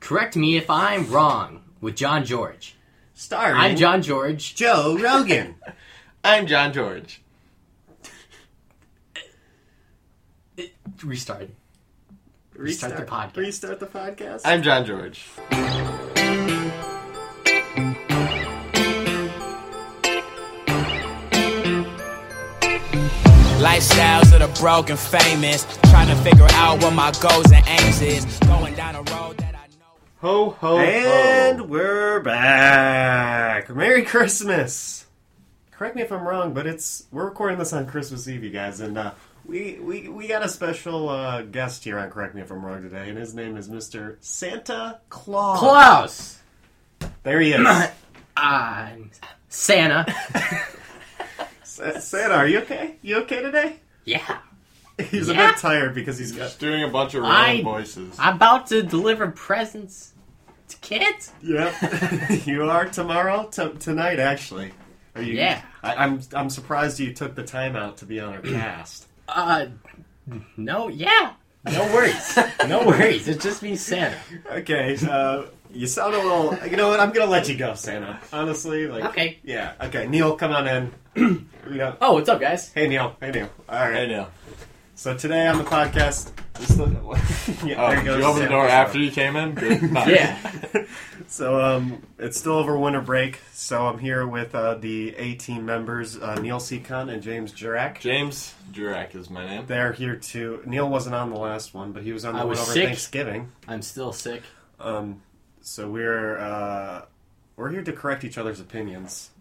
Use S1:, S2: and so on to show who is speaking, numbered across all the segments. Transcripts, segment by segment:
S1: Correct me if I'm wrong with John George.
S2: Starring
S1: I'm John George.
S2: Joe Rogan.
S3: I'm John George.
S1: Restart.
S2: Restart,
S1: the podcast.
S2: Restart the podcast.
S3: I'm John George.
S4: Lifestyles of the broke and famous. Trying to figure out what my goals and aims is. Going down a road that I know.
S3: Ho ho
S1: Oh,
S2: and
S3: ho.
S2: we're back. Merry Christmas. Correct me if I'm wrong, but it's we're recording this on Christmas Eve, you guys, and uh, we we we got a special uh, guest here on Correct Me If I'm Wrong today, and his name is Mr. Santa Claus.
S1: Klaus.
S2: There he is.
S1: I'm Santa.
S2: Sa- Santa, are you okay? You okay today?
S1: yeah.
S2: He's a
S1: Yeah.
S2: bit tired because he's got
S3: Just doing a bunch of wrong
S1: I-
S3: voices.
S1: I'm about to deliver presents to kids.
S2: Yep, you are tomorrow t- tonight. Actually, are you?
S1: Yeah.
S2: I, I'm. I'm surprised you took the time out to be on our cast.
S1: Uh, no, yeah. No worries. no worries. It's just me, Santa.
S2: Okay. Uh, you sound a little. You know what? I'm gonna let you go, Santa. Honestly, like.
S1: Okay.
S2: Yeah. Okay, Neil, come on in. We got-
S1: Oh, what's up, guys?
S2: Hey, Neil. Hey, Neil. All
S3: I
S2: right.
S3: know.
S2: So today on the podcast. Just look at what- yeah,
S3: Oh,
S2: there
S3: did
S2: you
S3: you
S2: go.
S3: open the
S2: Santa.
S3: door after you came in? Good.
S1: Yeah.
S2: So um, it's still over winter break. So I'm here with uh, the A team members, uh, Neil Seacon and James Jurak.
S3: James Jurek is my name.
S2: They're here too. Neil wasn't on the last one, but he was on the
S1: I
S2: one
S1: was
S2: over
S1: sick.
S2: Thanksgiving.
S1: I'm still sick.
S2: Um, so we're uh, we're here to correct each other's opinions.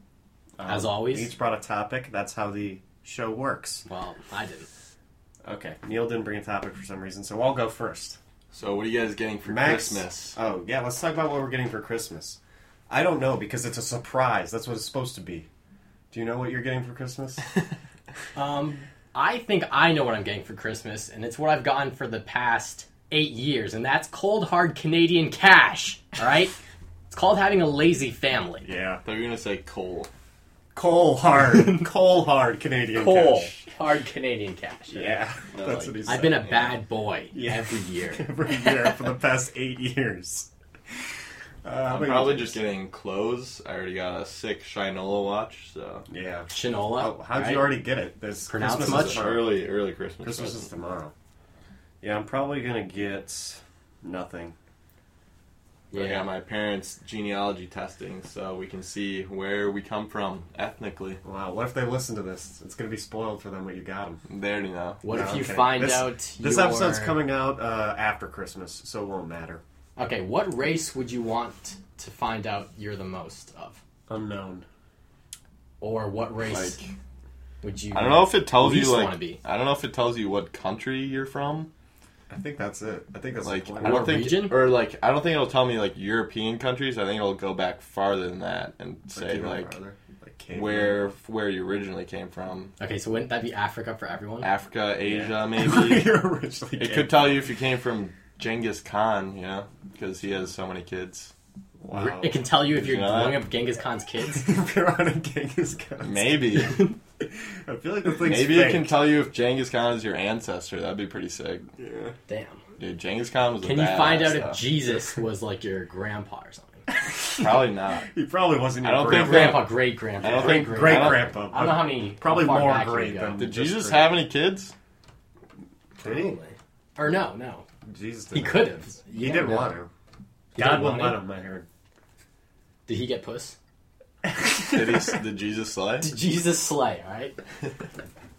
S2: Um,
S1: As always.
S2: each brought a topic. That's how the show works.
S1: Well, I didn't.
S2: Okay, Neil didn't bring a topic for some reason, so I'll go first.
S3: So, what are you guys getting for
S2: Max-
S3: Christmas?
S2: Oh yeah, let's talk about what we're getting for Christmas. I don't know because it's a surprise. That's what it's supposed to be. Do you know what you're getting for Christmas?
S1: Um, I think I know what I'm getting for Christmas, and it's what I've gotten for the past eight years, and that's cold hard Canadian cash. All right, it's called having a lazy family.
S2: yeah,
S3: They're going to say coal.
S2: coal hard, coal hard Canadian
S1: Cold
S2: cash.
S1: hard Canadian cash.
S2: Yeah, that's
S3: like,
S2: what he said.
S1: I've been a bad boy
S2: Yeah.
S1: every year.
S2: every year for the past eight years. Uh,
S3: I'm probably just getting clothes. I already got a sick Shinola watch, so.
S2: yeah.
S1: Chinola.
S2: Oh, how'd
S1: right?
S2: you already get it? There's
S1: Pronounce
S2: Christmas
S1: much?
S2: Is
S3: It's
S2: tomorrow.
S3: early, early Christmas.
S2: Christmas is
S3: present.
S2: tomorrow. Yeah, I'm probably gonna get nothing.
S3: But I
S1: Yeah.
S3: got my parents' genealogy testing, so we can see where we come from ethnically.
S2: Wow, what if they listen to this? It's gonna be spoiled for them what you got them.
S3: They already know.
S1: What if
S2: Okay.
S1: you find
S2: This-
S1: out
S2: This
S1: your-
S2: episode's coming out uh, after Christmas, so it won't matter.
S1: Okay, what race would you want to find out you're the most of,
S2: Unknown.
S1: or what race
S3: Like-
S1: would you?
S3: I don't know if it tells
S1: Least
S3: you
S1: wanna
S3: like
S1: be.
S3: I don't know if it tells you what country you're from.
S2: I think that's it. I think that's the
S3: Like
S2: point.
S3: I
S1: Or
S3: don't think
S1: region?
S3: or like I don't think it'll tell me like European countries. I think it'll go back farther than that and say
S2: even
S3: like
S2: farther. like caveman.
S3: where where you originally came from.
S1: Okay, so wouldn't that be Africa for everyone?
S3: Africa,
S2: Yeah.
S3: Asia, maybe.
S2: You're originally
S3: it could tell you if you came from Genghis Khan, you know, because he has so many kids.
S2: Wow.
S1: It can tell you if you're
S3: you know that?
S1: blowing up Genghis Khan's kids.
S2: if you're on a Genghis Khan.
S3: Maybe,
S2: I feel like the thing's
S3: maybe it
S2: fake.
S3: can tell you if Genghis Khan is your ancestor. That'd be pretty sick,
S2: Yeah.
S1: Damn.
S3: dude. Genghis Khan was. a
S1: Can you find
S3: badass,
S1: out
S3: though.
S1: if Jesus was like your grandpa or something?
S3: Probably not.
S2: He probably wasn't.
S3: I
S2: your
S3: don't think
S2: grandpa.
S1: Grandpa, great grandpa.
S3: I don't
S2: great
S3: think-
S2: great
S3: I don't-
S2: grandpa.
S1: I don't know how many.
S2: Probably
S1: how far
S2: more
S1: back you
S2: great
S1: go.
S2: than-
S3: Did
S2: Just
S3: Jesus
S2: great.
S3: have any kids?
S2: Did
S1: Or no, no.
S2: he? Jesus,
S1: He
S2: didn't have
S1: could have.
S2: kids. He didn't
S1: no.
S2: want to.
S1: He
S2: God
S1: didn't
S2: wouldn't
S1: want
S2: let him. I heard.
S1: Did he get puss?
S3: Did, he, did Jesus slay?
S1: Did Jesus slay, alright?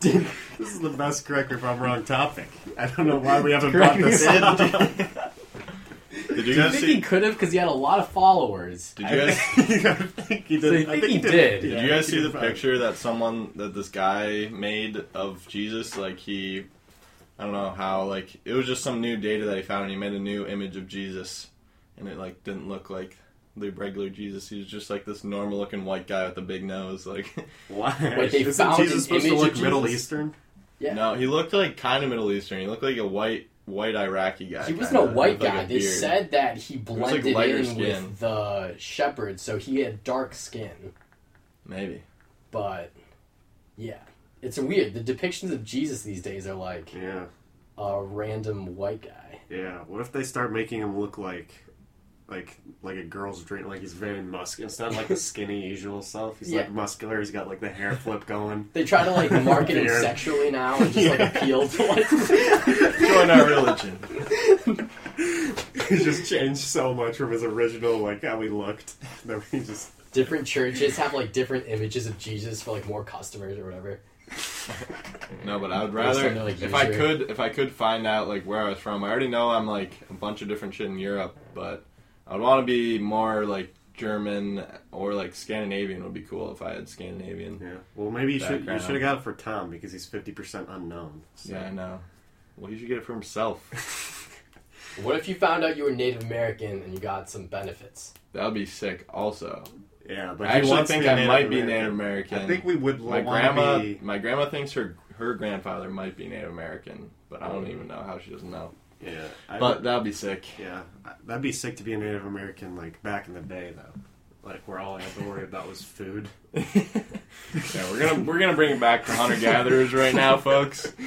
S2: This is the best correct me if I'm wrong topic. I don't know why we haven't
S1: Correct
S2: brought
S1: me
S2: this
S1: if
S2: in.
S1: I'm
S3: Did
S1: Do
S3: you
S1: you
S3: guys
S1: think
S3: see?
S1: he could have? Because he had a lot of followers.
S3: Did you guys?
S2: I think he did.
S1: I think he did.
S3: Did
S2: Yeah,
S3: you
S2: I
S3: guys
S2: think
S3: see
S2: he
S3: the
S2: did probably.
S3: picture that someone that this guy made of Jesus? Like he, I don't know how. Like it was just some new data that he found, and he made a new image of Jesus, and it like didn't look like the regular Jesus. He was just like this normal-looking white guy with a big nose. Like
S2: Why?
S1: Wait, they
S2: Isn't
S1: found an
S2: Jesus supposed to
S1: image
S2: look
S1: of
S2: Middle
S1: Jesus?
S2: Eastern?
S1: Yeah.
S3: no, he looked like kind of Middle Eastern. He looked like a white white Iraqi guy.
S1: He wasn't a
S3: kinda,
S1: white
S3: with, like,
S1: guy.
S3: a
S1: They
S3: beard.
S1: said that he
S3: was, like,
S1: blended
S3: lighter
S1: in
S3: skin.
S1: with the shepherd, so he had dark skin.
S3: maybe.
S1: But yeah. It's weird. The depictions of Jesus these days are like
S2: Yeah,
S1: a random white guy.
S2: yeah. What if they start making him look like like like a girl's dream. Like he's very muscular. It's not like the skinny usual self. He's like
S5: Yeah.
S2: muscular. He's got like the hair flip going.
S5: They try to like market him
S2: Weird.
S5: sexually now and just like appeal to like.
S3: Join our religion.
S2: He's just changed so much from his original like how he looked. That he just
S5: different churches have like different images of Jesus for like more customers or whatever.
S3: No, but I would
S5: Based on
S3: rather
S5: their, like,
S3: if I
S5: user.
S3: could if I could find out like where I was from. I already know I'm like a bunch of different shit in Europe, but I'd want to be more like German or like Scandinavian would be cool if I had Scandinavian.
S2: yeah. Well, maybe you should you
S3: Background.
S2: should have got it for Tom because he's fifty percent unknown. So.
S3: Yeah, I know. Well, he should get it for himself.
S5: What if you found out you were Native American and you got some benefits?
S3: That would be sick. Also,
S2: Yeah, but
S3: I
S2: he
S3: actually
S2: wants to
S3: think
S2: be
S3: I
S2: Native
S3: might be
S2: American.
S3: Native American.
S2: I think we would.
S3: my
S2: wanna
S3: grandma
S2: be-
S3: my grandma thinks her her grandfather might be Native American, but I don't even know how she doesn't know.
S2: yeah, I
S3: But that'd be sick.
S2: Yeah, I- that'd be sick to be a Native American like back in the day though, like where all I had to worry about was food.
S3: Yeah, we're gonna we're gonna bring it back to hunter gatherers right now, folks.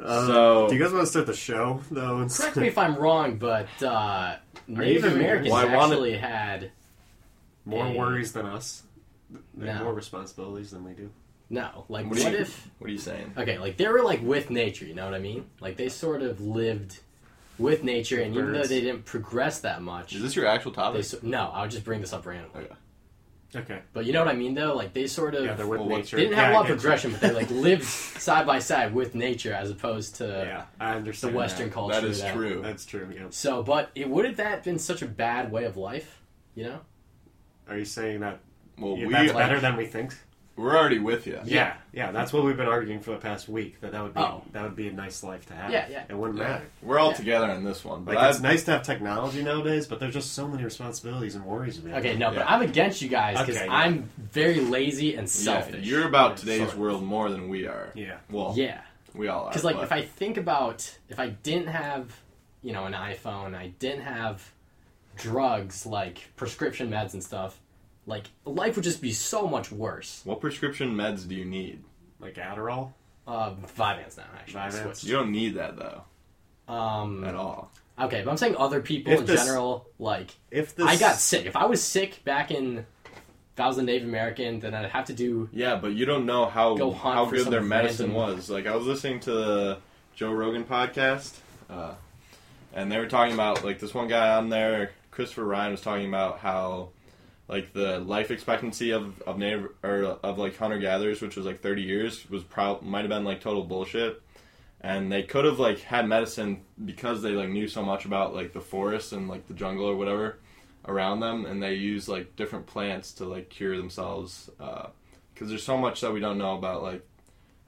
S2: Uh,
S3: So-
S2: do you guys want to start the show though? and-
S1: Correct me if I'm wrong, but uh, Native
S2: even-
S1: Americans
S3: Well, I wanted-
S1: actually had
S2: more
S1: Yeah.
S2: worries than us. They have
S1: No.
S2: more responsibilities than we do.
S1: no. Like,
S3: What
S1: what,
S3: do you-
S1: if?
S3: What are you saying?
S1: Okay, like they were like with nature. You know what I mean? Like they sort of lived with nature, and even though
S2: Birds.
S1: they didn't progress that much,
S3: Is this your actual
S1: they
S3: topic?
S1: so- no. I'll just bring this up randomly.
S3: Okay.
S2: Okay.
S1: But you know what I mean, though. Like they sort of
S2: Yeah, they're with
S3: Well, what-
S2: nature.
S1: they didn't have
S2: Yeah,
S1: a
S2: I
S1: lot
S2: get
S1: of progression, but they like lived side by side with nature as opposed to
S2: you. Yeah, I
S1: the
S2: understand.
S1: Western
S2: that.
S1: culture.
S3: that is true.
S2: That's true. Yeah.
S1: So, but it would have that been such a bad way of life, you know?
S2: Are you saying that
S3: well,
S2: yeah,
S3: we
S2: that's
S3: like,
S2: better than we think?
S3: we're already with you.
S2: Yeah, yeah. That's what we've been arguing for the past week. That that would be
S1: Oh.
S2: that would be a nice life to have.
S1: Yeah, yeah.
S2: It wouldn't matter.
S3: We're all
S1: Yeah.
S3: together on this one, but
S2: Like it's
S3: I'd-
S2: nice to have technology nowadays, but there's just so many responsibilities and worries. Man.
S1: Okay, no, but
S3: Yeah.
S1: I'm against you guys because
S2: Okay, yeah.
S1: I'm very lazy and
S3: yeah,
S1: selfish.
S3: you're about
S2: Yeah,
S3: today's
S2: sorry.
S3: world more than we are.
S2: Yeah.
S3: Well,
S1: yeah,
S3: we all are.
S1: because like
S3: but-
S1: if I think about if I didn't have, you know, an iPhone, I didn't have drugs like prescription meds and stuff, like life would just be so much worse.
S3: what prescription meds do you need?
S2: Like Adderall.
S1: Uh, Vyvanse now actually. I
S2: Vyvanse?
S1: switched.
S3: You don't need that though
S1: Um,
S3: at all.
S1: okay, but I'm saying other people
S2: If
S1: in
S2: this-
S1: general, like
S2: If this,
S1: I got sick. If I was sick back in, if I was a Native American, then I'd have to do.
S3: Yeah, but you don't know how
S1: Go hunt
S3: how
S1: for
S3: good
S1: some
S3: their medicine
S1: random-
S3: was. Like I was listening to the Joe Rogan podcast, uh, and they were talking about like this one guy on there, Christopher Ryan, was talking about how like the life expectancy of of native or of like hunter gatherers, which was like thirty years, was prob might have been like total bullshit. And they could have like had medicine because they like knew so much about like the forest and like the jungle or whatever around them, and they use like different plants to like cure themselves. Uh, because there's so much that we don't know about like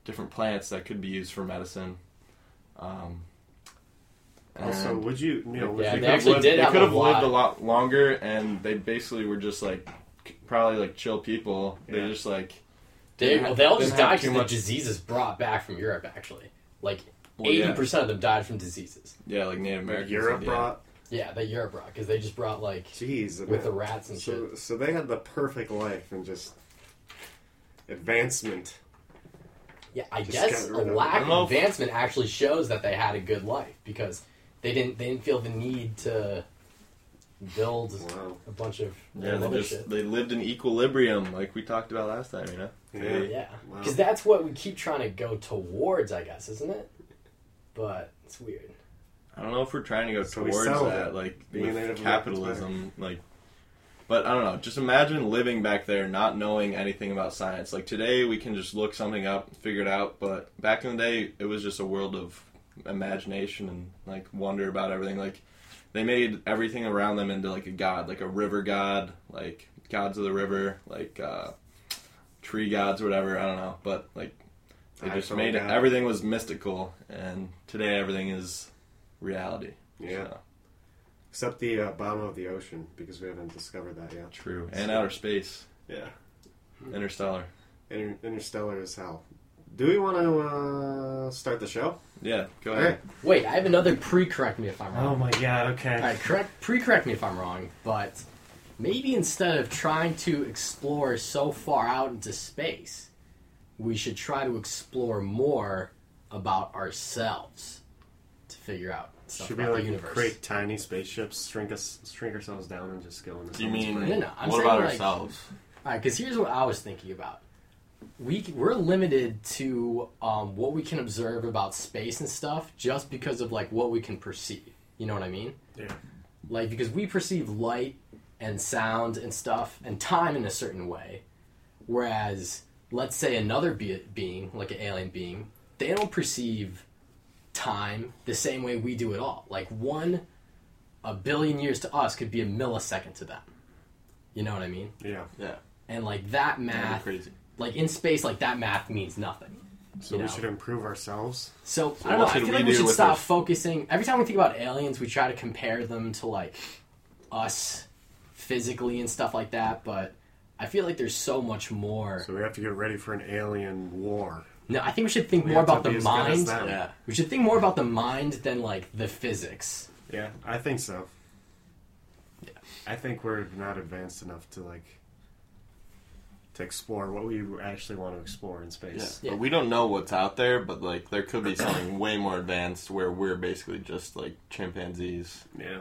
S3: different plants that could be used for medicine. Um,
S2: Also,
S3: and
S2: would you? You know, would
S1: Yeah,
S2: you
S1: they
S2: could
S1: actually
S2: live-
S1: did
S3: they
S1: have
S3: could
S1: a
S3: have lived
S1: lot.
S3: a lot longer, and they basically were just like c- probably like chill people.
S2: Yeah.
S3: They just like
S1: They,
S3: Didn't have-
S1: they all
S3: didn't
S1: just
S3: have
S1: died
S3: too
S1: from the
S3: much-
S1: diseases brought back from Europe. Actually, like
S3: Well,
S1: eighty
S3: yeah.
S1: percent of them died from diseases.
S3: yeah, like Native
S2: Like
S3: Americans.
S2: Europe
S3: yeah.
S2: brought.
S1: Yeah, that Europe brought because they just brought like
S2: Jeez,
S1: with the
S2: man.
S1: rats and
S2: so,
S1: shit.
S2: so they had the perfect life and just advancement.
S1: Yeah, I
S2: just
S1: guess
S2: got
S1: a
S2: rid of them.
S1: lack
S3: I don't know
S1: of
S3: if-
S1: advancement actually shows that they had a good life because they didn't they didn't feel the need to build
S2: Wow.
S1: a bunch of
S3: Yeah, they
S1: other
S3: just
S1: shit.
S3: they lived in equilibrium, like we talked about last time. You know,
S2: Yeah.
S1: Yeah,
S2: Wow.
S1: because that's what we keep trying to go towards, I guess, isn't it? But it's weird.
S3: I don't know if we're trying to go
S2: So we
S3: towards
S2: sell
S3: that,
S2: it.
S3: like
S2: Being
S3: with
S2: Native
S3: capitalism, like. But I don't know. Just imagine living back there, not knowing anything about science. Like today, we can just look something up, figure it out. But back in the day, it was just a world of imagination and like wonder about everything. Like they made everything around them into like a god, like a river god, like gods of the river, like uh, tree gods, or whatever. I don't know, but like they just
S2: iPhone
S3: made it,
S2: god.
S3: everything was mystical, and today everything is reality.
S2: Yeah.
S3: So,
S2: Except the uh, bottom of the ocean because we haven't discovered that yet.
S3: true. And outer space,
S2: Yeah.
S3: Hmm. interstellar.
S2: Inter- interstellar is hell. Do we want to uh, start the show?
S3: Yeah, go
S2: All right.
S3: ahead.
S1: Wait, I have another pre-correct me if I'm wrong.
S2: Oh my god. Okay.
S1: All right, correct. Pre-correct me if I'm wrong, but maybe instead of trying to explore so far out into space, we should try to explore more about ourselves to figure out
S5: stuff
S2: Should we
S5: about
S2: like
S5: the universe.
S2: create tiny spaceships, shrink us, shrink ourselves down, and just go into?
S3: You
S2: someone's
S3: mean
S2: brain?
S1: No, no, I'm
S3: what
S1: saying,
S3: about
S1: like-
S3: ourselves?
S1: All right, because here's what I was thinking about. We we're limited to um, what we can observe about space and stuff, just because of like what we can perceive. You know what I mean?
S2: Yeah.
S1: Like because we perceive light and sound and stuff and time in a certain way, whereas let's say another be- being, like an alien being, they don't perceive time the same way we do at all. Like one a billion years to us could be a millisecond to them. You know what I mean?
S2: Yeah.
S3: Yeah,
S1: and like that
S3: that'd be
S1: math
S3: crazy.
S1: like in space like that math means nothing
S2: So
S1: You
S2: we
S1: know.
S2: should improve ourselves.
S1: so, i don't know
S3: what
S1: i
S3: should
S1: feel
S3: we
S1: like we
S3: do
S1: should
S3: with
S1: stop
S3: this?
S1: focusing every time we think about aliens we try to compare them to like us physically and stuff like that but i feel like there's so much more
S2: So we have to get ready for an alien war.
S1: no i think we should think
S2: We
S1: more
S2: have to
S1: about the
S2: be as good as
S1: mind
S2: them.
S3: Yeah,
S1: we should think more about the mind than like the physics
S2: Yeah, I think so. I think we're not advanced enough to like to explore what we actually want to explore in
S3: yeah.
S2: space.
S1: Yeah.
S3: But we don't know what's out there, but like there could be something way more advanced where we're basically just like chimpanzees.
S2: Yeah.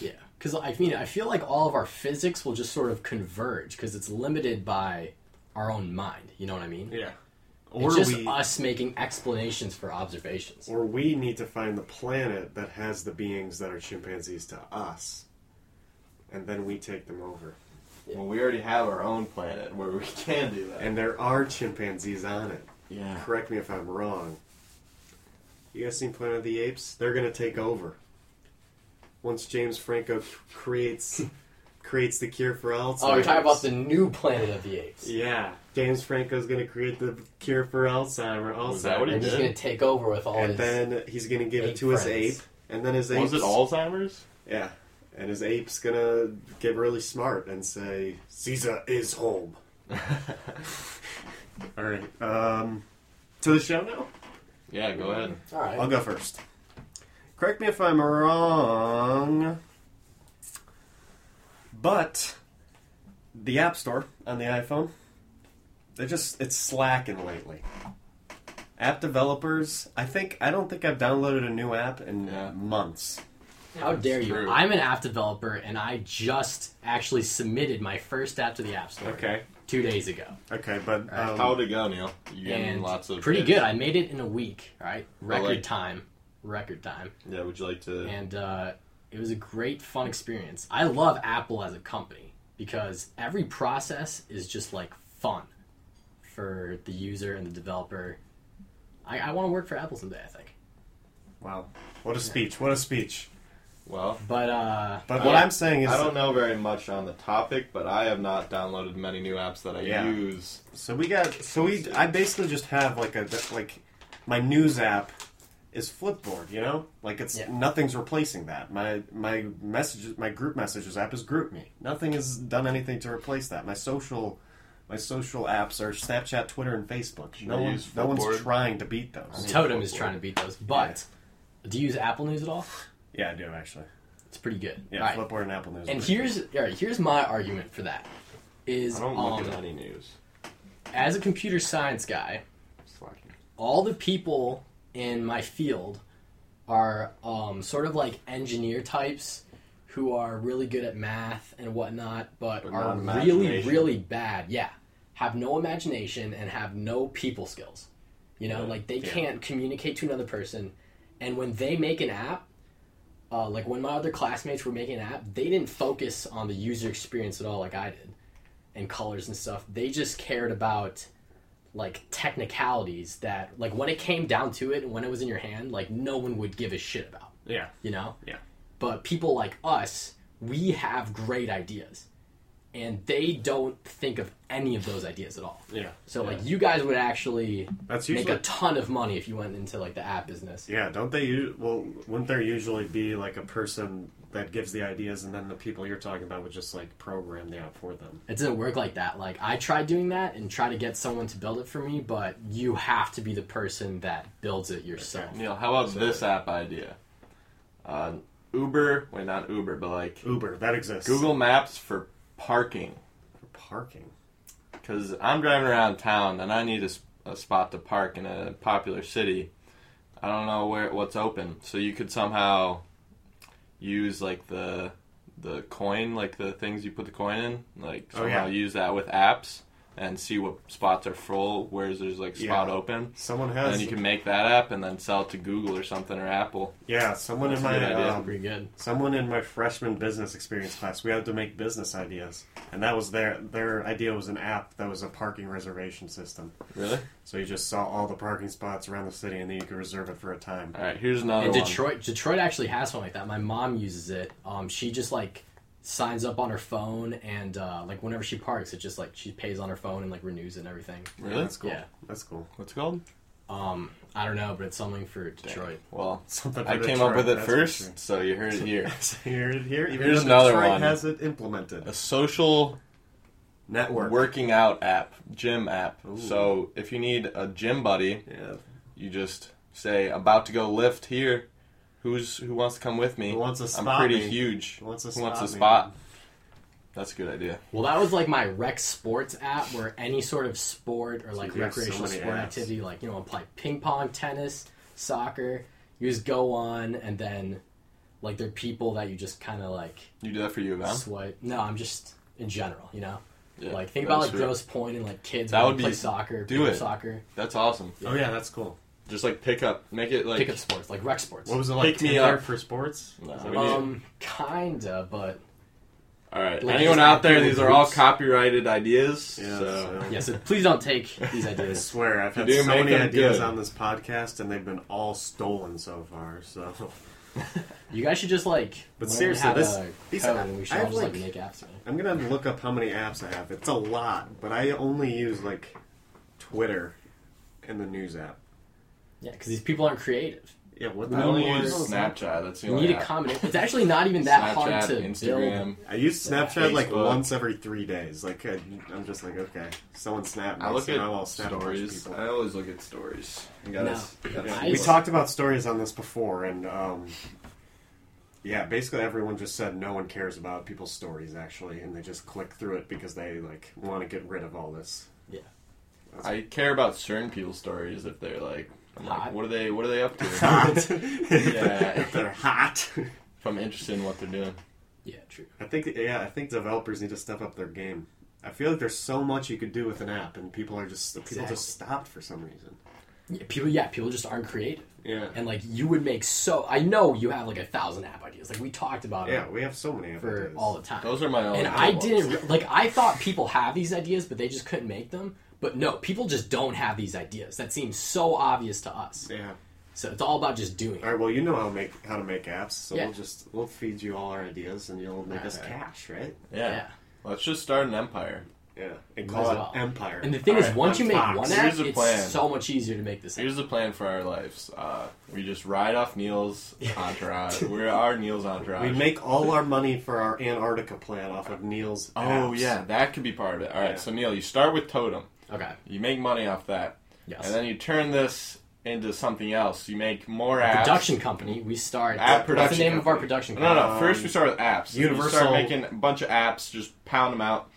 S1: Yeah, because I mean, I feel like all of our physics will just sort of converge because it's limited by our own mind. You know what I mean?
S2: Yeah.
S1: It's
S2: Or
S1: just
S2: we
S1: us making explanations for observations.
S2: or we need to find the planet that has the beings that are chimpanzees to us. And then we take them over.
S3: Well, we already have our own planet where we can do that.
S2: And there are chimpanzees on it.
S3: yeah,
S2: Correct me if I'm wrong. You guys seen Planet of the Apes? They're gonna take over. Once James Franco c- creates creates the cure for Alzheimer's.
S5: Oh, you're talking about the new Planet of the Apes.
S2: Yeah, James Franco's gonna create the cure for Alzheimer- Alzheimer's.
S3: Was that what he
S5: And he's
S3: did?
S5: gonna take over with all
S2: And
S5: his.
S2: then he's gonna give it
S5: Ape
S2: to his
S5: friends.
S2: ape, and then his ape.
S3: Was it Alzheimer's?
S2: Yeah, and his ape's gonna get really smart and say, "Caesar is home." All right, um, to the show now.
S3: Yeah, go ahead.
S5: all right.
S2: I'll go first. Correct me if I'm wrong, but the App Store on the iPhone, they just it's slacking lately. App developers, I think I don't think I've downloaded a new app in
S3: Yeah.
S2: months.
S1: How dare you?
S3: true.
S1: I'm an app developer, and I just actually submitted my first app to the App Store two days ago.
S2: okay, but um,
S3: How would it go, Neil? You getting
S1: And
S3: lots of
S1: pretty
S3: hits?
S1: good. I made it in a week. All right, record
S3: like-
S1: time, record time,
S3: Yeah, would you like to?
S1: and uh, it was a great, fun experience. I love Apple as a company because every process is just like fun for the user and the developer. I, I want to work for Apple someday. I think,
S2: wow, what a speech! What a speech!
S3: well,
S1: but uh,
S2: But what
S1: yeah.
S2: I'm saying is,
S3: I don't know very much on the topic, but I have not downloaded many new apps that I
S2: Yeah.
S3: use.
S2: So we got. So we. I basically just have like a like my news app is Flipboard. You know, like it's
S1: Yeah.
S2: nothing's replacing that. My my messages, my group messages app is GroupMe. Nothing has done anything to replace that. My social. My social apps are Snapchat, Twitter, and Facebook. no
S3: I
S2: one's
S3: use
S2: no one's
S3: Flipboard?
S2: trying to beat those.
S1: Totem is trying to beat those. But do you use Apple News at all?
S2: Yeah, I do actually.
S1: It's pretty good.
S2: Yeah,
S1: All right.
S2: Flipboard and Apple News. are
S1: And
S2: pretty
S1: here's all right, here's my argument for that. Is
S3: I don't
S1: um,
S3: look at any news.
S1: as a computer science guy,
S3: Slacking.
S1: all the people in my field are um, sort of like engineer types who are really good at math and whatnot, but,
S3: But
S1: are
S3: not
S1: really,
S3: imagination.
S1: really bad. Yeah. Have no imagination and have no people skills. You know, like they can't communicate to another person. And when they make an app, uh, like when my other classmates were making an app, they didn't focus on the user experience at all, like I did, and colors and stuff. They just cared about like technicalities that, like when it came down to it, and when it was in your hand, like no one would give a shit about.
S2: good. yeah,
S1: You know?
S2: Yeah.
S1: But people like us, we have great ideas, and they don't think of any of those ideas at all.
S2: yeah.
S1: So like you guys would actually
S2: That's
S1: make
S2: usually-
S1: a ton of money if you went into like the app business.
S2: Yeah, don't they? u- Well, wouldn't there usually be like a person that gives the ideas, and then the people you're talking about would just like program the app for them?
S1: It doesn't work like that. Like I tried doing that and try to get someone to build it for me, but you have to be the person that builds it yourself.
S3: Neil, how about this app idea? Uh, Uber, wait, not Uber, but like
S2: Uber that exists.
S3: Google Maps for parking.
S2: for parking.
S3: Because I'm driving around town and I need a, s- a spot to park in a popular city. I don't know where what's open. So you could somehow use like the the coin, like the things you put the coin in, like
S2: Oh,
S3: somehow
S2: yeah.
S3: use that with apps and see what spots are full, where's there's like spot
S2: Yeah.
S3: open.
S2: Someone
S3: And then
S2: has
S3: you can make that app and then sell it to Google or something or Apple.
S2: yeah. Someone in
S3: That's a
S2: my
S3: good idea.
S2: um,
S1: Pretty good.
S2: someone in my freshman business experience class. We had to make business ideas, and that was their their idea was an app that was a parking reservation system.
S3: Really?
S2: So you just saw all the parking spots around the city, and then you could reserve it for a time.
S3: All right, here's
S2: Oh,
S3: another
S1: And
S3: one.
S1: Detroit, Detroit actually has one like that. My mom uses it. Um, she just like signs up on her phone and uh, like whenever she parks, it just like she pays on her phone and like renews it and everything.
S3: Really?
S2: That's cool.
S1: Yeah.
S2: That's cool.
S3: What's it called?
S1: Um, I don't know, but it's something for Detroit.
S3: Well,
S2: Something for
S3: I came
S2: Detroit,
S3: up with it
S2: that's for
S3: first,
S2: sure.
S3: so you heard it here.
S2: Here, here, even
S3: Here's
S2: though
S3: another
S2: Detroit
S3: one.
S2: has it implemented.
S3: A social
S2: Network.
S3: working out app, gym app.
S2: Ooh.
S3: So if you need a gym buddy,
S2: Yeah.
S3: you just say about to go lift here. Who's who wants to come with me?
S2: Who wants to
S3: I'm
S2: spot
S3: pretty
S2: me?
S3: huge.
S2: Who wants to
S3: Who wants
S2: spot
S3: a
S2: me?
S3: spot? That's a good idea.
S1: Well, that was like my rec sports app, where any sort of sport or like
S2: we have so
S1: recreational
S2: many
S1: sport
S2: apps.
S1: activity, like you know, apply ping pong, tennis, soccer. You just go on, and then like there are people that you just kind of like
S3: You do that for you, man.
S1: swipe. No, I'm just in general, you know.
S3: Yeah,
S1: like think
S3: that
S1: about
S3: was
S1: like
S3: sweet.
S1: Gross Point and like kids
S3: That
S1: when
S3: would
S1: they
S3: be-
S1: play soccer,
S3: do
S1: beer
S3: it.
S1: soccer,
S3: That's awesome.
S2: Oh yeah, that's cool.
S3: Just like pick up, make it like
S1: pickup sports, like rec sports.
S2: What was it like?
S3: Pick me
S2: Tinder
S3: up.
S2: for sports.
S3: No.
S2: Is that what
S3: Um,
S2: you-
S1: um, kinda, but
S3: All right.
S1: Like,
S3: Anyone
S1: just
S3: out there?
S1: actively
S3: These are all
S1: groups.
S3: copyrighted ideas.
S2: Yeah,
S3: so.
S1: yeah. So please don't take these
S2: I
S1: ideas.
S2: swear, I've had
S3: do
S2: so
S3: make
S2: many
S3: them
S2: ideas
S3: good.
S2: on this podcast, and they've been all stolen so far. So,
S1: You guys should just like.
S2: But
S1: learn
S2: seriously,
S1: how to
S2: this- these-
S1: code, and we should
S2: I
S1: all
S2: have,
S1: just like,
S2: like-
S1: make apps. Man.
S2: I'm gonna look up how many apps I have. It's a lot, but I only use like Twitter and the news app.
S1: Yeah, because these people aren't creative.
S2: Yeah, what
S3: We
S2: the
S3: only
S2: hell
S3: use
S2: is-
S3: Snapchat. That's the
S1: You
S3: only
S1: need a
S3: app.
S1: combination. It's actually not even that hard
S3: Oh, Snapchat,
S1: to
S3: Instagram.
S1: build.
S2: I use Snapchat like
S3: Facebook.
S2: once every three days. Like I, I'm just like, okay, someone snap.
S3: I
S2: next
S3: look
S2: and
S3: at
S2: I will snap a bunch of
S3: stories.
S2: people.
S3: I always look at stories. I
S1: No.
S3: gotta- gotta-
S1: I
S2: We
S1: used-
S2: talked about stories on this before, and um, yeah, basically everyone just said no one cares about people's stories actually, and they just click through it because they like want to get rid of all this.
S1: Yeah.
S3: I care about certain people's stories if they're like, I'm like,
S1: Hot.
S3: what are they? What are they up to?
S2: Hot. if they're hot.
S3: if I'm interested in what they're doing,
S1: Yeah, true.
S2: I think yeah, I think developers need to step up their game. I feel like there's so much you could do with an app, and people are just people
S1: Exactly.
S2: just stopped for some reason.
S1: Yeah, people, yeah, people just aren't creative.
S2: Yeah,
S1: And like, you would make so. I know you have like a thousand app ideas. Like we talked about
S2: yeah,
S1: it
S2: we have so many app
S1: uh, for
S2: ideas.
S1: all the time.
S3: those are my own.
S1: and I didn't re- like. I thought people have these ideas, but they just couldn't make them. But no, people just don't have these ideas. That seems so obvious to us.
S2: yeah.
S1: So it's all about just doing.
S2: All
S1: It.
S2: right. Well, you know how to make how to make apps, so
S1: Yeah. Uh,
S2: we'll just we'll feed you all our ideas, and you'll make us cash, right?
S3: Yeah.
S1: Yeah.
S3: Let's just start an empire.
S2: Yeah, and
S1: as
S2: call it
S1: well.
S2: Empire.
S1: And the thing
S3: All
S1: is,
S3: right,
S1: once
S2: I'm
S1: you make
S2: Fox.
S1: one app,
S3: Here's the
S1: it's
S3: plan.
S1: so much easier to make this. app.
S3: Here's the plan for our lives. Uh, we just ride off Neil's entourage. We're our Neil's entourage.
S2: we make all our money for our Antarctica plan off of Neil's.
S3: Oh
S2: apps.
S3: yeah, that could be part of it. All right,
S2: Yeah.
S3: so Neil, you start with Totem.
S1: Okay.
S3: You make money off that,
S1: Yes.
S3: and then you turn this into something else. You make more apps.
S1: production company. We start.
S3: App
S1: What's
S3: production
S1: the name of our
S3: company.
S1: production
S3: No,
S1: company?
S3: no. First, we start with apps. We
S2: Universal-
S3: start making a bunch of apps, just pound them out,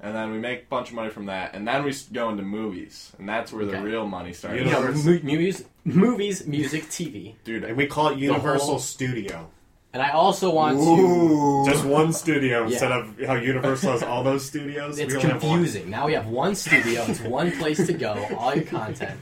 S3: and then we make a bunch of money from that, and then we s- go into movies, and that's where the
S1: Okay.
S3: real money starts.
S2: You
S1: You know,
S2: Universe-
S1: mu- movies, movies, music, TV.
S3: Dude,
S2: and we call it Universal
S1: whole-
S2: Studio.
S1: And I also want
S2: Just one studio
S1: Yeah.
S2: instead of how Universal has all those studios.
S1: to. It's
S2: we only have one.
S1: confusing. Now we have one studio. It's one place to go. All your content.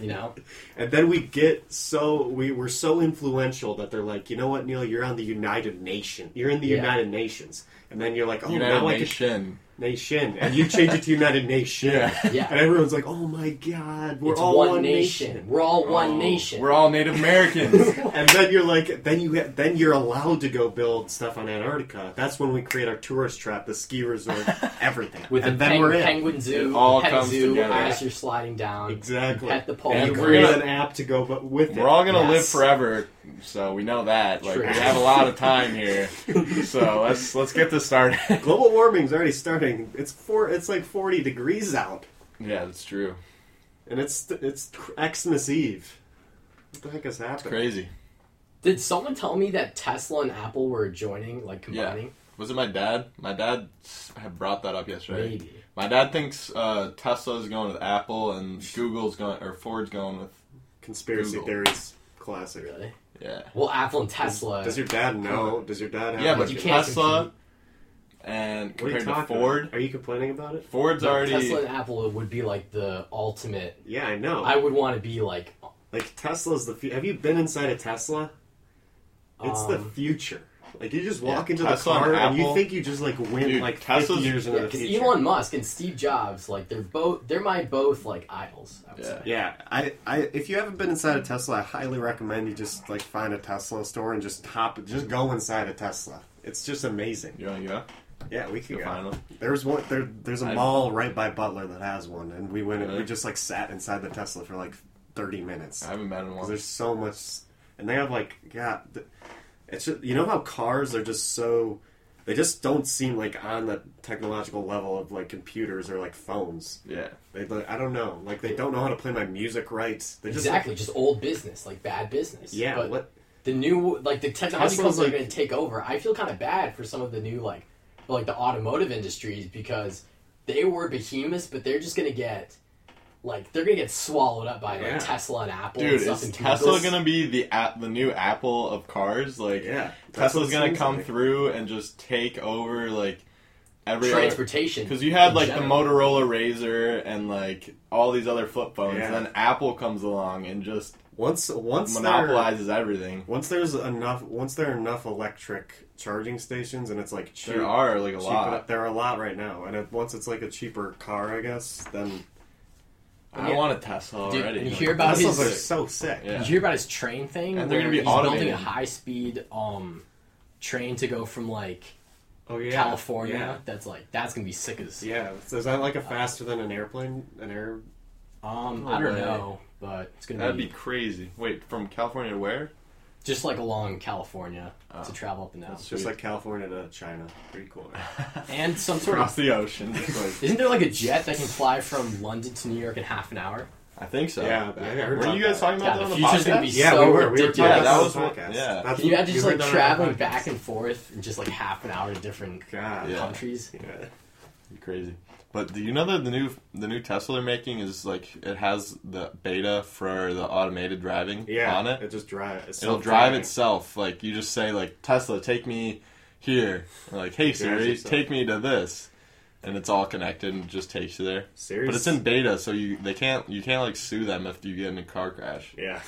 S1: You know.
S2: And then we get so we were so influential that they're like, you know what, Neil, you're on the United Nation. You're in the
S1: Yeah.
S2: United Nations. And then you're like, oh,
S3: United
S2: now I
S3: Nation.
S2: can nation, and you change it to United Nation.
S3: Yeah.
S1: Yeah.
S2: And everyone's like, oh my god, we're
S1: it's
S2: all
S1: one,
S2: one,
S1: nation.
S2: nation.
S1: We're all
S3: Oh.
S1: one nation.
S3: We're all Native Americans.
S2: And then you're like, then you ha- then you're allowed to go build stuff on Antarctica. That's when we create our tourist trap, the ski resort, everything.
S1: With
S2: and
S1: the
S2: then
S1: peng-
S2: we're in.
S1: penguin zoo,
S3: It all
S1: pet
S3: comes
S1: zoo,
S3: together.
S1: as you're sliding down.
S2: Exactly.
S1: Pet the pole.
S3: And
S2: You
S1: You
S3: we're
S2: create
S3: gonna-
S2: an app to go, but with
S3: We're
S2: it.
S3: all gonna live
S1: Yes.
S3: forever, so we know that. Like
S1: True.
S3: we have a lot of time here, so let's let's get this started.
S2: Global warming's already starting. It's four. It's like forty degrees out,
S3: yeah, that's true.
S2: and it's it's Xmas Eve. What the heck is happening?
S3: Crazy.
S1: Did someone tell me that Tesla and Apple were joining, like
S3: Yeah.
S1: combining?
S3: Was it my dad? My dad s- had brought that up yesterday.
S1: Maybe.
S3: My dad thinks uh, Tesla's going with Apple and Google's going or Ford's going with
S2: Conspiracy
S3: Google.
S2: theories. Classic.
S5: Really?
S3: Yeah.
S5: Well, Apple and Tesla.
S2: Does your dad know? Does your dad have?
S3: Yeah, but
S5: you can't
S3: Tesla and
S2: What are you
S3: compared to
S2: talking
S3: Ford,
S2: About? Are you complaining about it?
S3: Ford's already
S5: Tesla and Apple would be like the ultimate.
S2: Yeah, I know.
S5: I would want to be like.
S2: like Tesla's the. Fu- have you been inside a Tesla? It's the
S5: Um,
S2: future. Like you just walk
S3: Yeah,
S2: into
S3: Tesla
S2: the
S3: and
S2: car and you
S3: Apple.
S2: think you just like went
S3: Dude,
S2: like
S3: Tesla's-
S2: fifty years into
S5: Yeah,
S2: the
S5: because
S2: future.
S5: Elon Musk and Steve Jobs, like they're both, they're my both like idols. I would
S3: Yeah.
S5: say.
S2: Yeah, I, I, if you haven't been inside a Tesla, I highly recommend you just like find a Tesla store and just hop, just go inside a Tesla. It's just amazing.
S3: You want to go?
S2: Yeah, we could
S3: Go
S2: go.
S3: find one.
S2: There's one. There, there's a
S3: I-
S2: mall right by Butler that has one, and we went. and We
S3: Really?
S2: just like sat inside the Tesla for like 30 minutes.
S3: I haven't met in
S2: 'Cause
S3: one.
S2: Oh, There's so much, and they have like yeah, th- it's just, you know how cars are just so they just don't seem like on the technological level of like computers or like phones.
S3: Yeah.
S2: They like, I don't know, like they don't know how to play my music right. They just
S5: Exactly, just old business, like bad business.
S2: yeah,
S5: but
S2: what
S5: the new like the technology
S2: Tesla's
S5: companies are
S2: like-
S5: going to take over. I feel kind of bad for some of the new like well, like the automotive industries because they were behemoths, but they're just going to get like they're going to get swallowed up by
S2: Yeah.
S5: like Tesla and Apple.
S3: Dude,
S5: and stuff
S3: is
S5: and
S3: Tesla
S5: Google's-
S3: gonna be the app, the new Apple of cars? Like,
S2: Yeah, that's what
S3: Tesla's
S2: it
S3: gonna
S2: seems
S3: come
S2: like.
S3: through and just take over like every other.
S5: transportation?
S3: Because you had
S5: in
S3: like the
S5: general.
S3: Motorola Razor and like all these other flip phones,
S2: Yeah.
S3: and then Apple comes along and just
S2: once once they're-
S3: monopolizes everything.
S2: Once there's enough, once there are enough electric charging stations, and it's like cheap,
S3: There are like a
S2: cheap-
S3: lot.
S2: there are a lot right now, and it, once it's like a cheaper car, I guess, then
S3: I
S5: Yeah.
S3: want a Tesla
S1: Dude,
S3: already.
S1: and you hear about
S2: Teslas
S1: his,
S2: are so sick.
S3: Yeah.
S1: Did you hear about his train thing?
S3: And they're
S1: where
S3: gonna be
S1: he's
S3: automated.
S1: building a high speed um train to go from like
S2: Oh yeah,
S1: California. That's like that's gonna be sick as
S2: Yeah, so is that like a faster than an airplane? An air?
S1: um I don't
S3: way.
S1: know, but it's gonna
S3: That'd
S1: be,
S3: be crazy. Wait, from California to where?
S1: just like along California to
S3: Oh.
S1: travel up and down.
S3: That's
S2: Just
S3: Sweet.
S2: like California to China, pretty cool.
S1: And some sort
S3: Across
S1: of
S3: the ocean.
S1: isn't there like a jet that can fly from London to New York in half an hour?
S3: I think so.
S2: Yeah, I heard
S3: Were
S2: about
S3: you guys
S2: that.
S3: talking about
S1: Yeah,
S3: that on
S1: the
S3: the
S1: future's
S3: podcast?
S1: gonna be
S2: yeah,
S1: so
S2: we were.
S1: ridiculous.
S2: We were talking
S3: Yeah, that
S2: about
S3: was
S2: that
S3: what-
S2: podcast.
S3: yeah.
S2: That's
S1: Can you imagine just
S2: heard
S1: like
S2: that on
S1: traveling
S2: our podcast.
S1: back and forth and just like half an hour to different
S2: God.
S3: Yeah.
S1: countries?
S2: Yeah.
S3: Be crazy. But do you know that the new the new Tesla they're making is like it has the beta for the automated driving
S2: Yeah,
S3: on it.
S2: just drive. It's
S3: It'll drive
S2: self-driving.
S3: itself. Like you just say like Tesla, take me here. And, like hey Siri,
S2: itself.
S3: take me to this, and it's all connected and just takes you there.
S2: Serious?
S3: But it's in beta, so you they can't you can't like sue them if you get in a car crash.
S2: Yeah.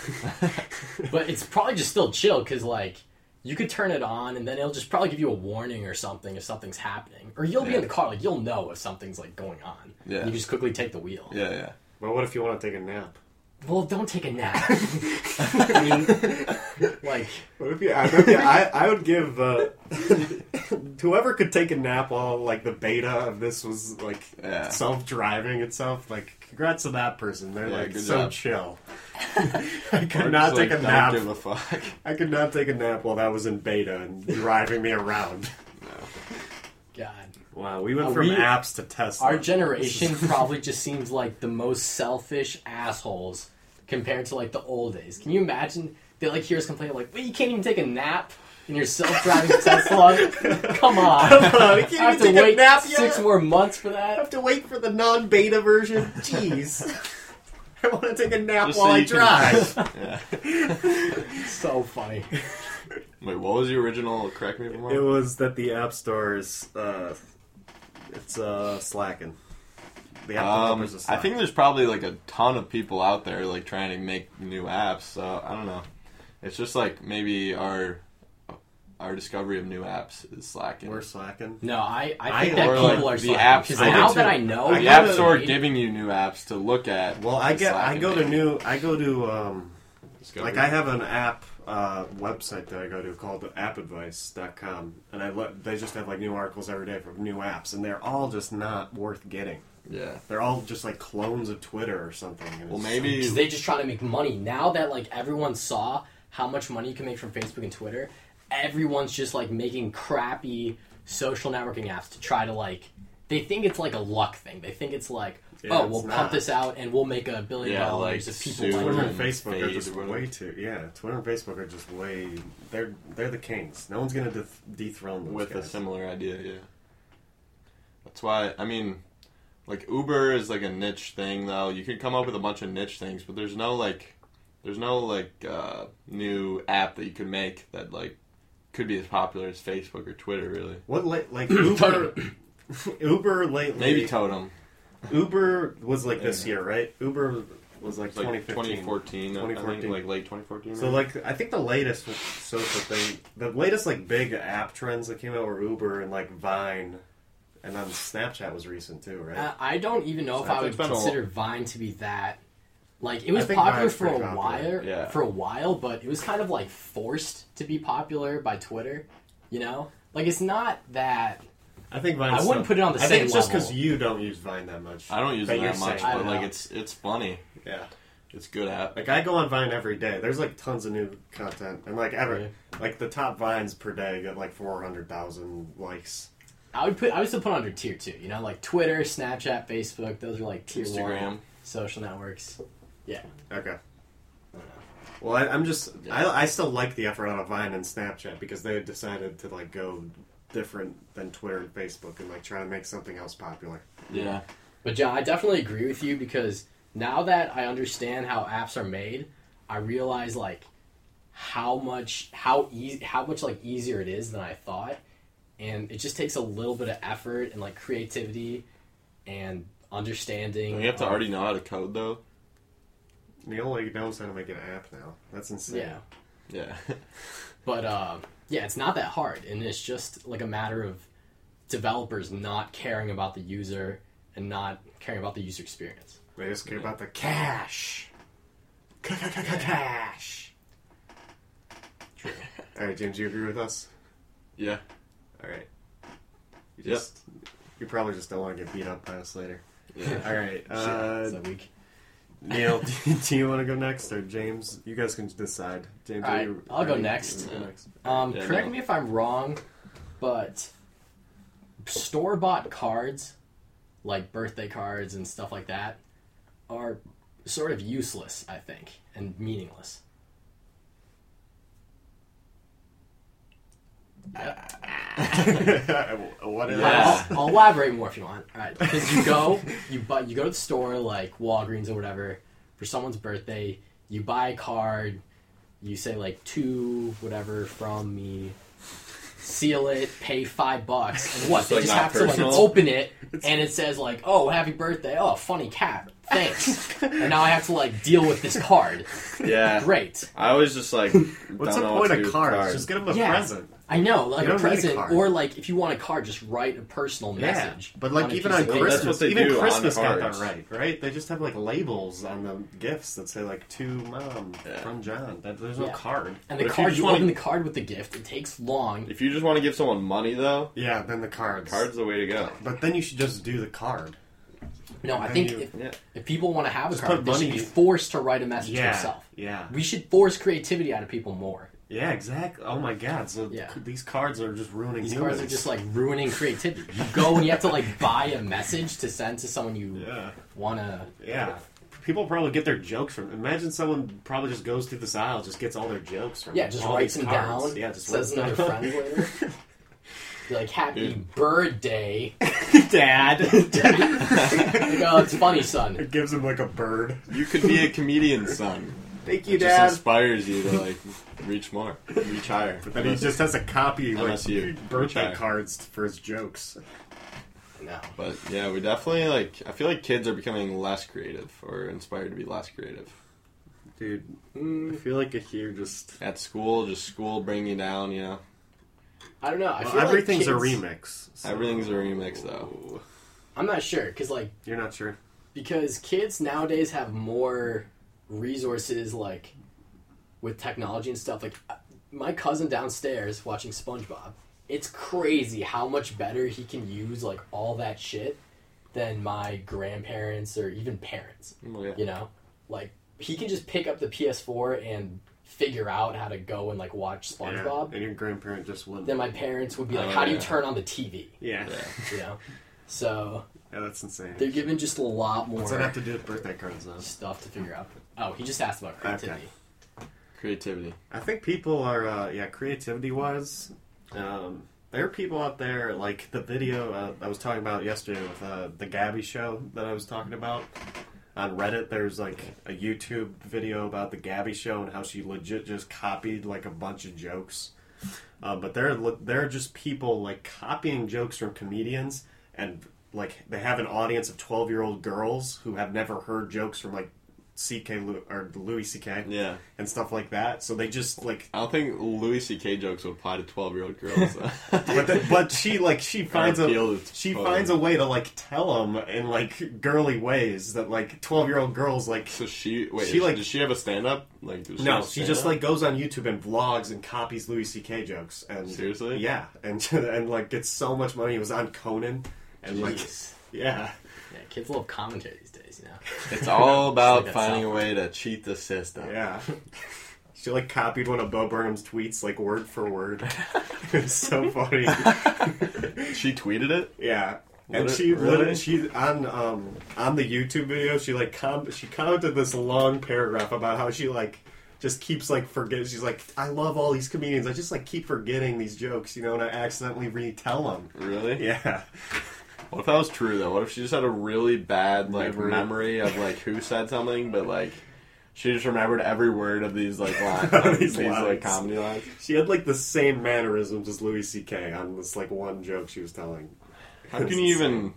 S1: But it's probably just still chill because like you could turn it on and then it'll just probably give you a warning or something if something's happening, or you'll be
S3: Yeah.
S1: in the car like you'll know if something's like going on.
S3: Yeah.
S1: You just quickly take the wheel.
S3: Yeah, yeah.
S2: but what if you want to take a nap?
S1: Well, don't take a nap. I mean, like
S2: What if you? I, bet you- I, I would give uh, whoever could take a nap while like the beta of this was like
S3: Yeah.
S2: self-driving itself. Like, congrats to that person. They're
S3: Yeah,
S2: like
S3: good
S2: so
S3: job.
S2: chill. I
S3: Or
S2: could not
S3: just,
S2: take
S3: like,
S2: a
S3: don't
S2: nap.
S3: Give a fuck.
S2: I could not take a nap while that was in beta and driving me around.
S1: God,
S2: Wow, we went
S1: Are
S2: from
S1: Uh, we-
S2: apps to Tesla.
S1: our generation probably just seems like the most selfish assholes compared to like the old days. Can you imagine? They like hear us complain like, "Well, you can't even take a nap." in your self-driving Tesla. Come on.
S2: I
S1: I have to wait six more months for
S2: I
S1: that.
S2: have to wait for the non-beta version. Jeez, I want to take a nap
S3: Just so
S2: while I
S3: you can-
S2: drive.
S3: yeah.
S1: So funny.
S3: Wait, what was the original? Correct me if I'm wrong.
S2: It was that the App Store is uh, it's uh, slacking. The app
S3: Um,
S2: developers are
S3: I
S2: slacking.
S3: think there's probably like a ton of people out there like trying to make new apps. So I don't know. It's just like maybe our our discovery of new apps is slacking.
S2: we're slacking.
S1: No, I, I
S2: I-
S1: think that
S2: or,
S1: people
S2: like,
S1: are
S3: the
S1: slacking.
S3: apps-
S1: 'cause
S3: I do
S1: now that
S3: too.
S1: I know,
S2: I
S1: what
S3: the
S2: go
S1: I'm
S3: app
S2: to-
S3: store
S1: doing-
S3: giving you new apps to look at.
S2: Well, I
S3: is
S2: get I
S3: slacking,
S2: go to
S3: maybe.
S2: new I go to um,
S3: Discovery.
S2: Like I have an app uh, website that I go to called appadvice.com and I look they just have like new articles every day for new apps and they're all just not worth getting.
S3: Yeah.
S2: They're all just like clones of Twitter or something. and
S3: Well,
S2: it's-
S3: maybe.
S1: 'cause they just trying to make money. Now that like everyone saw how much money you can make from Facebook and Twitter, everyone's just like making crappy social networking apps to try to like. They think it's like a luck thing. They think it's like,
S2: Yeah,
S1: oh, we'll
S2: it's
S1: pump
S2: not.
S1: this out and we'll make a billion
S3: Yeah,
S1: dollars
S3: like
S1: if people
S3: sue
S1: like
S2: Twitter
S1: it.
S2: and Facebook are
S3: Fade
S2: just
S3: or whatever.
S2: way too yeah. Twitter and Facebook are just way they're they're the kings. No one's gonna deth- dethrone those
S3: with a
S2: guys.
S3: similar idea. Yeah, that's why. I mean, like Uber is like a niche thing, though. You could come up with a bunch of niche things, but there's no like There's no like uh, new app that you could make that like could be as popular as Facebook or Twitter. Really,
S2: What la- like Uber? Uber lately.
S3: maybe Totem.
S2: Uber was like this year, right? Uber was like,
S3: Like
S2: 2015.
S3: 2014, I
S2: 2014.
S3: think like late 2014.
S2: So like I think the latest social thing, the latest like big app trends that came out were Uber and like Vine, and then Snapchat was recent too, right?
S1: Uh, I don't even know if
S3: So
S1: I would
S3: it's been a-
S1: consider Vine to be that. Like it was
S2: I think
S1: popular
S2: Vine's
S1: for a
S2: pretty popular,
S1: while,
S3: yeah.
S1: for a while, but it was kind of like forced to be popular by Twitter. You know, like it's not that.
S2: I think Vine.
S1: I wouldn't put it on the
S2: I
S1: same
S2: think it's just
S1: level.
S2: because you don't use Vine that much.
S3: I don't use
S2: But
S3: it
S2: you're
S3: that much,
S2: saying-
S1: I
S3: but
S1: don't
S3: like
S1: know.
S3: it's it's funny.
S2: yeah.
S3: It's a good app.
S2: Like I go on Vine every day. There's like tons of new content, and like every like the top vines per day get like four hundred thousand likes.
S1: I would put. I would still put it under tier two. You know, like Twitter, Snapchat, Facebook. Those are like tier
S3: Instagram.
S1: one social networks. Yeah,
S2: Okay. Well, I, I'm just I, I still like the effort out of Vine and Snapchat because they decided to like go different than Twitter and Facebook and like try to make something else popular.
S3: Yeah.
S1: but John, I definitely agree with you because now that I understand how apps are made, I realize like how much how easy how much like easier it is than I thought, and it just takes a little bit of effort and like creativity and understanding.
S3: You have to
S1: of-
S3: already know how to code though.
S2: Neil like knows how to make an app now. That's insane.
S1: Um, yeah.
S3: Yeah.
S1: But uh, yeah, it's not that hard, and it's just like a matter of developers not caring about the user and not caring about the user experience.
S2: They just care about the cash. Cash. All right, James, do you agree with us?
S3: yeah.
S2: All right. You
S3: Yep.
S2: just you probably just don't want to get beat up by us later.
S3: Yeah.
S2: All right, uh,
S1: so we, c-
S2: Neil, do, do you want to go next or James? You guys can decide. James,
S1: All
S2: are
S1: right,
S2: you-
S1: I'll
S2: are
S1: go
S2: you-
S1: next.
S2: go next.
S1: um,
S3: Yeah,
S1: correct
S3: no.
S1: me if I'm wrong, but store bought cards, like birthday cards and stuff like that, are sort of useless, I think, and meaningless.
S2: what is
S3: Yeah.
S1: I'll, I'll elaborate more if you want. All right, because you go, you buy, you go to the store like Walgreens or whatever for someone's birthday. You buy a card. You say like two whatever from me. Seal it, pay five bucks, and what? They
S3: like,
S1: just
S3: not
S1: have to like
S3: personal?
S1: open it, and it says like, "Oh, happy birthday! Oh, funny cat, thanks." and now I have to like deal with this card.
S3: Yeah.
S1: Great.
S3: I was just like,
S2: What's the
S3: don't know
S2: point
S3: what to
S2: of
S3: do with
S2: cards?
S3: cards.
S2: Just get them a
S1: Yeah.
S2: present.
S1: I know, like
S2: You
S1: a
S2: don't need a
S1: present,
S2: card.
S1: or like if you want a card, just write a personal message.
S2: Yeah, but like
S1: a
S2: even
S1: piece
S2: on
S1: of paper.
S3: Well, that's
S2: Christmas,
S3: what they
S2: even
S3: do on
S2: Christmas got that
S3: cards.
S2: right, right? They just have like labels on the gifts that say like to mom
S3: Yeah.
S2: from John. That, there's no
S1: Yeah.
S2: card.
S1: And the
S3: But if you
S1: card,
S3: just
S1: you
S3: wanna-
S1: open the card with the gift. It takes long.
S3: If you just want to give someone money though,
S2: Yeah, then the cards.
S3: cards the way to go.
S2: But then you should just do the card.
S1: No, I
S2: Then
S1: think
S2: you-
S1: if,
S3: Yeah.
S1: if people want to have a
S2: put
S1: card, they should
S2: money-
S1: be forced to write a message to
S2: Yeah,
S1: yourself.
S2: yeah.
S1: We should force creativity out of people more.
S2: Yeah, exactly. Oh my god! So
S1: Yeah.
S2: these cards are just ruining
S1: These
S2: humans.
S1: cards are just like ruining creativity. You go and you have to like buy a message to send to someone you
S2: Yeah.
S1: want to.
S2: Yeah. People probably get their jokes from. Imagine someone probably just goes through this aisle, just gets all their jokes from.
S1: Yeah, just
S2: all
S1: writes
S2: these
S1: them
S2: cards.
S1: down.
S2: Yeah, just
S1: says
S2: writes
S1: another
S2: them down.
S1: friend later. You're like happy
S3: Dude.
S1: birthday.
S2: Dad.
S1: Like, oh, it's funny, son.
S2: it gives him like a bird.
S3: You could be a comedian, son.
S2: Thank
S3: It just inspires you to like reach more, reach higher. But
S2: Then he just has a copy like
S3: MSU.
S2: birthday
S3: Retire.
S2: cards for his jokes.
S1: No.
S3: But yeah, we definitely like. I feel like kids are becoming less creative or inspired to be less creative
S2: Dude,
S1: Mm.
S2: I feel like I hear just
S3: at school. Just school bring you down, you know.
S1: I don't know. I
S2: well,
S1: feel like
S2: everything's
S1: kids-
S2: a remix. so-
S3: Everything's a remix though.
S2: Oh.
S1: I'm not sure because like
S2: You're not sure.
S1: because kids nowadays have more resources like with technology and stuff like uh, my cousin downstairs watching spongebob it's crazy how much better he can use like all that shit than my grandparents or even parents
S3: Well, yeah.
S1: you know like he can just pick up the ps4 and figure out how to go and like watch
S2: Yeah,
S1: spongebob
S2: and your grandparent just wouldn't.
S1: then my parents would be like
S3: Oh,
S1: how do you
S3: yeah.
S1: turn on the tv
S2: yeah. yeah,
S1: you know so
S2: that's insane.
S1: they're given just a lot more
S2: What's that have to do with birthday cards though?
S1: stuff to figure out. Oh, he just asked about creativity.
S2: Okay.
S3: Creativity.
S2: I think people are, uh, yeah, creativity wise, um, there are people out there, like the video uh, I was talking about yesterday with uh, the Gabby show that I was talking about. on Reddit, there's like a YouTube video about the Gabby Show and how she legit just copied like a bunch of jokes. Uh, but they're le- they're just people like copying jokes from comedians, and like they have an audience of twelve year old girls who have never heard jokes from like C.K. Lu- or Louis C.K.
S3: Yeah.
S2: and stuff like that. So they just like
S3: I don't think Louis C.K. jokes would apply to twelve-year-old girls.
S2: but the, but she like she finds a
S3: appeal is
S2: she
S3: totally-
S2: finds a way to like tell them in like girly ways that like twelve year old girls like
S3: so she wait.
S2: She, like-
S3: does she have a stand-up? Like does
S2: no
S3: have a
S2: she just
S3: stand-up?
S2: like goes on YouTube and vlogs and copies Louis C K jokes and
S3: Seriously?
S2: yeah and and like gets so much money it was on Conan and like
S1: Jeez.
S2: yeah
S1: Yeah, kids love commentary these days, you know.
S3: It's all
S1: Like
S3: about
S1: that's
S3: finding a way to cheat the system.
S2: yeah she like copied one of Bo Burnham's tweets like word for word it's so funny.
S3: She tweeted it.
S2: Yeah. And
S3: Lit-
S2: she
S3: really?
S2: lit she on um on the YouTube video she like com- she commented this long paragraph about how she like just keeps like forgetting she's like I love all these comedians I just like keep forgetting these jokes you know and I accidentally retell them
S3: Really?
S2: yeah
S3: What if that was true though? What if she just had a really bad like
S2: Memory.
S3: memory of like who said something, but like she just remembered every word of these like lines,
S2: These
S3: these, like
S2: lines.
S3: comedy lines.
S2: she had like the same mannerisms as Louis C.K. on this like one joke she was telling
S3: How can you even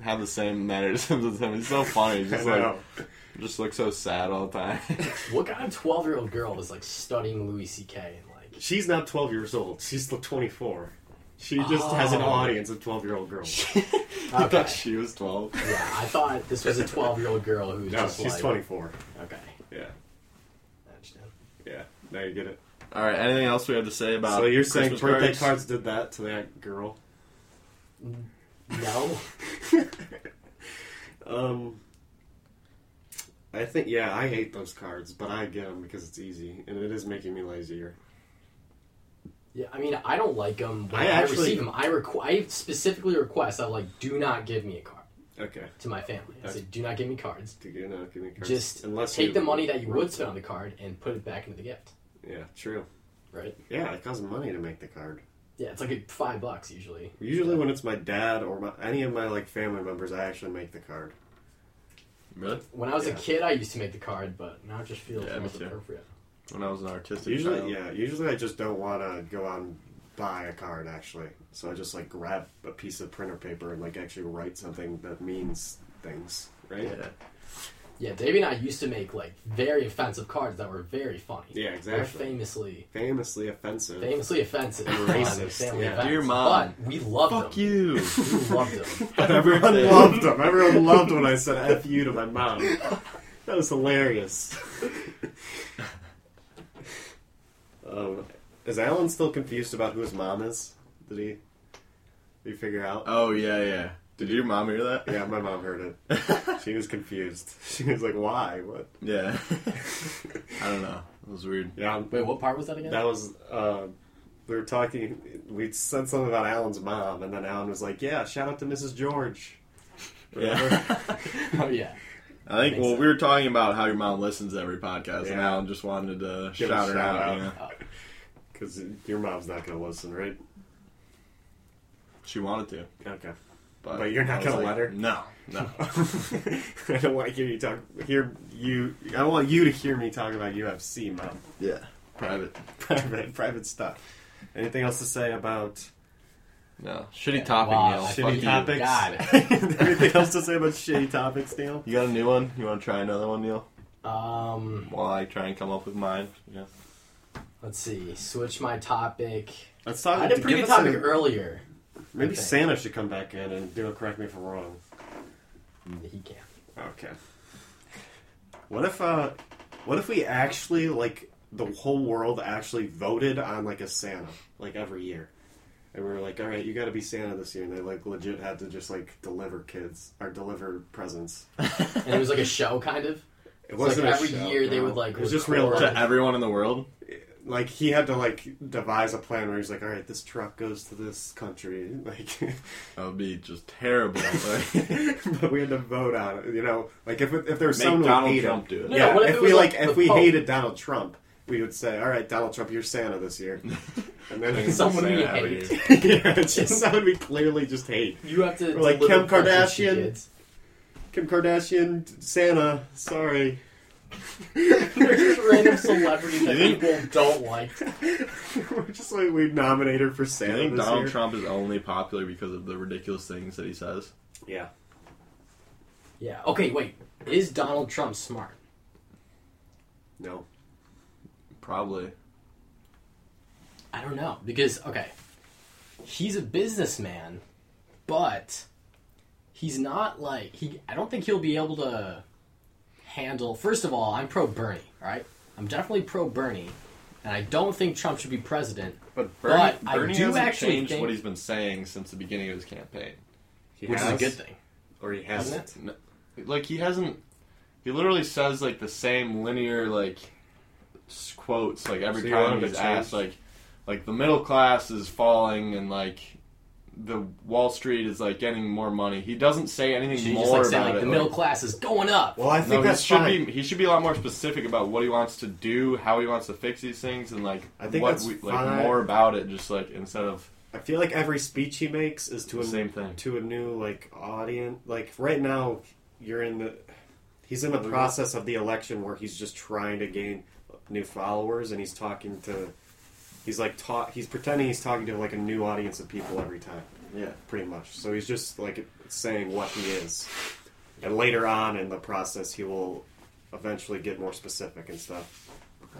S3: have the same mannerisms as him? He's so funny. He's
S2: I
S3: just
S2: know
S3: like just looks so sad all the time.
S5: What kind of twelve year old girl is like studying Louis C.K. and like
S2: she's not twelve years old she's still twenty four she just has an
S5: Oh.
S2: audience of twelve year old girls
S3: I thought she was twelve.
S5: yeah, I thought this was a twelve year old girl who's
S2: no
S5: just
S2: she's
S5: like
S2: twenty four
S5: okay.
S2: yeah
S5: I understand.
S2: yeah now you get it.
S3: All right. Anything else we have to say about?
S2: So you're saying
S3: Christmas
S2: birthday cards?
S3: cards?
S2: did that to that girl?
S5: No,
S2: Um, I think yeah, I hate those cards, but I get them because it's easy and it is making me lazier.
S5: yeah, I mean I don't like them. When
S2: I
S5: I,
S2: actually-
S5: receive them. I requ- I specifically request that like do not give me a card
S2: Okay,
S5: to my family. I said do not give me cards.
S2: do you not give me cards?
S5: Just
S2: unless
S5: take
S2: you-
S5: the money that you would spend on the card and put it back into the gift.
S2: Yeah, true.
S5: Right?
S2: Yeah, it costs money to make the card.
S5: Yeah, it's like five bucks usually.
S2: Usually, when it's my dad or my, any of my like family members, I actually make the card.
S3: Really?
S5: When I was
S2: Yeah.
S5: a kid, I used to make the card, but now it just feels
S3: Yeah, me
S5: most
S3: too.
S5: appropriate.
S3: When I was an artistic child.
S2: Usually, yeah. Usually, I just don't want to go out and buy a card. Actually, so I just like grab a piece of printer paper and like actually write something that means things. Right?
S3: Yeah.
S5: Yeah, Davey and I used to make like very offensive cards that were very funny.
S2: Yeah,
S5: They're
S2: exactly.
S5: famously
S2: Famously offensive.
S5: famously offensive. on
S2: Racist,
S5: family
S2: yeah.
S5: events,
S3: Dear Mom.
S5: But we loved
S3: Fuck
S5: them.
S3: you.
S5: We loved them.
S2: But everyone
S3: Yeah.
S2: loved him. Everyone loved when I said "f you" to my mom. That was hilarious. um, is Alan still confused about who his mom is? Did he? Did he figure out?
S3: Oh yeah, yeah. Did your mom hear that?
S2: Yeah, my mom heard it. She was confused. She was like, "Why? What?"
S3: Yeah. I don't know. It was weird.
S2: Yeah, I'm-
S5: Wait, what part was that again?
S2: That was uh, we were talking. We said something about Alan's mom, and then Alan was like, "Yeah, shout out to Mrs. George."
S3: Yeah.
S5: oh yeah.
S3: I think.
S5: Makes
S3: Well,
S5: sense.
S3: we were talking about how your mom listens to every podcast, and
S2: Yeah.
S3: Alan just wanted to
S2: Give a
S3: shout her
S2: shout
S3: out.
S2: out.
S3: you know?
S2: Because your mom's not gonna listen, right?
S3: She wanted to,
S2: Okay.
S3: but,
S2: But you're not
S3: I was
S2: gonna let her?
S3: No, no.
S2: I don't want to hear you talk. Hear you. I don't want you to hear me talk about UFC, mom.
S3: yeah, private.
S2: Private, private stuff. Anything else to say about
S3: No, shitty topic,
S5: Wow,
S3: Neil.
S5: I
S3: Fuck
S2: shitty
S3: you.
S2: topics?
S5: God.
S2: Anything else to say about shitty topics, Neil?
S3: You got a new one? You want to try another one, Neil?
S5: Um,
S3: While I try and come up with mine. Yeah.
S5: let's see. Switch my topic.
S2: Let's talk.
S5: I had a pretty
S2: Oh, give
S5: good
S2: us
S5: topic
S2: a-
S5: earlier.
S2: Maybe
S5: thing.
S2: Santa should come back in and do a correct me if I'm wrong.
S5: He can.
S2: Okay. What if uh, what if we actually like the whole world actually voted on like a Santa like every year, and we were like, all right, you got to be Santa this year, and they like legit had to just like deliver kids or deliver presents.
S5: And it was like a show, kind of.
S2: It
S5: like
S2: wasn't a
S5: every
S2: show,
S5: year they
S2: no.
S5: would, like,
S2: it was just real
S5: record-
S2: life.
S3: To everyone in the world.
S2: like he had to like devise a plan where he's like, all right, this truck goes to this country, like.
S3: That would be just terrible.
S2: but we had to vote on it, you know. Like if if there was
S3: Make
S2: someone
S3: Donald
S2: who hated,
S3: Trump do it.
S5: No,
S2: yeah.
S5: what if
S2: if,
S5: it
S2: we
S5: was,
S2: like,
S5: like,
S2: if
S5: the
S2: we
S5: Pope?
S2: hated Donald Trump, we would say, "All right, Donald Trump, you're Santa this year." And then
S5: Someone we
S3: Santa every
S5: hate.
S3: year.
S2: yeah, it's just someone we clearly just hate.
S5: You have to
S2: Or like
S5: deliver
S2: Kim
S5: presents to
S2: Kardashian.
S5: kids.
S2: Kim Kardashian, Santa. Sorry.
S5: There's just random celebrities that
S3: You think-
S5: people don't like.
S2: We're just like we nominate her for
S3: I
S2: Santa
S3: think
S2: this
S3: Donald
S2: year.
S3: Trump is only popular because of the ridiculous things that he says.
S2: Yeah.
S5: Yeah. Okay. Wait.
S1: Is Donald Trump smart?
S2: No.
S3: Probably.
S1: I don't know because okay, he's a businessman, but he's not like he. I don't think he'll be able to handle. First of all, I'm pro Bernie. All right, I'm definitely pro Bernie, and I don't think Trump should be president.
S3: But
S1: Bernie-
S3: Bernie,
S1: I Bernie do
S3: hasn't
S1: hasn't actually changed
S3: changed
S1: think- what
S3: what
S1: he's
S3: he's been saying since the beginning of his campaign.
S2: He
S1: Which
S2: has,
S1: is a good thing.
S2: Or he
S1: Hasn't
S2: hasn't.
S3: Like he hasn't. He literally says like the same linear like s- quotes like every
S2: So you want
S3: time
S2: him to
S3: he's
S2: change?
S3: asked like like the middle class is falling and like the Wall Street is like getting more money. He doesn't say anything
S1: Should you
S3: more
S1: just like say
S3: about
S1: like
S3: it.
S1: the
S3: like-
S1: middle class is going up?
S2: Well, I
S3: no,
S2: think
S3: he
S2: that's
S3: should
S2: fine.
S3: be he should be a lot more specific about what he wants to do, how he wants to fix these things, and like
S2: I think
S3: what
S2: that's
S3: we, like
S2: fine.
S3: more about it. Just like instead of
S2: I feel like every speech he makes is to a
S3: Same thing.
S2: to a new like audience. Like right now, you're in the he's in the process of the election where he's just trying to gain new followers, and he's talking to he's like taught he's pretending he's talking to like a new audience of people every time,
S3: yeah,
S2: pretty much. So he's just like saying what he is, and later on in the process, he will eventually get more specific and stuff.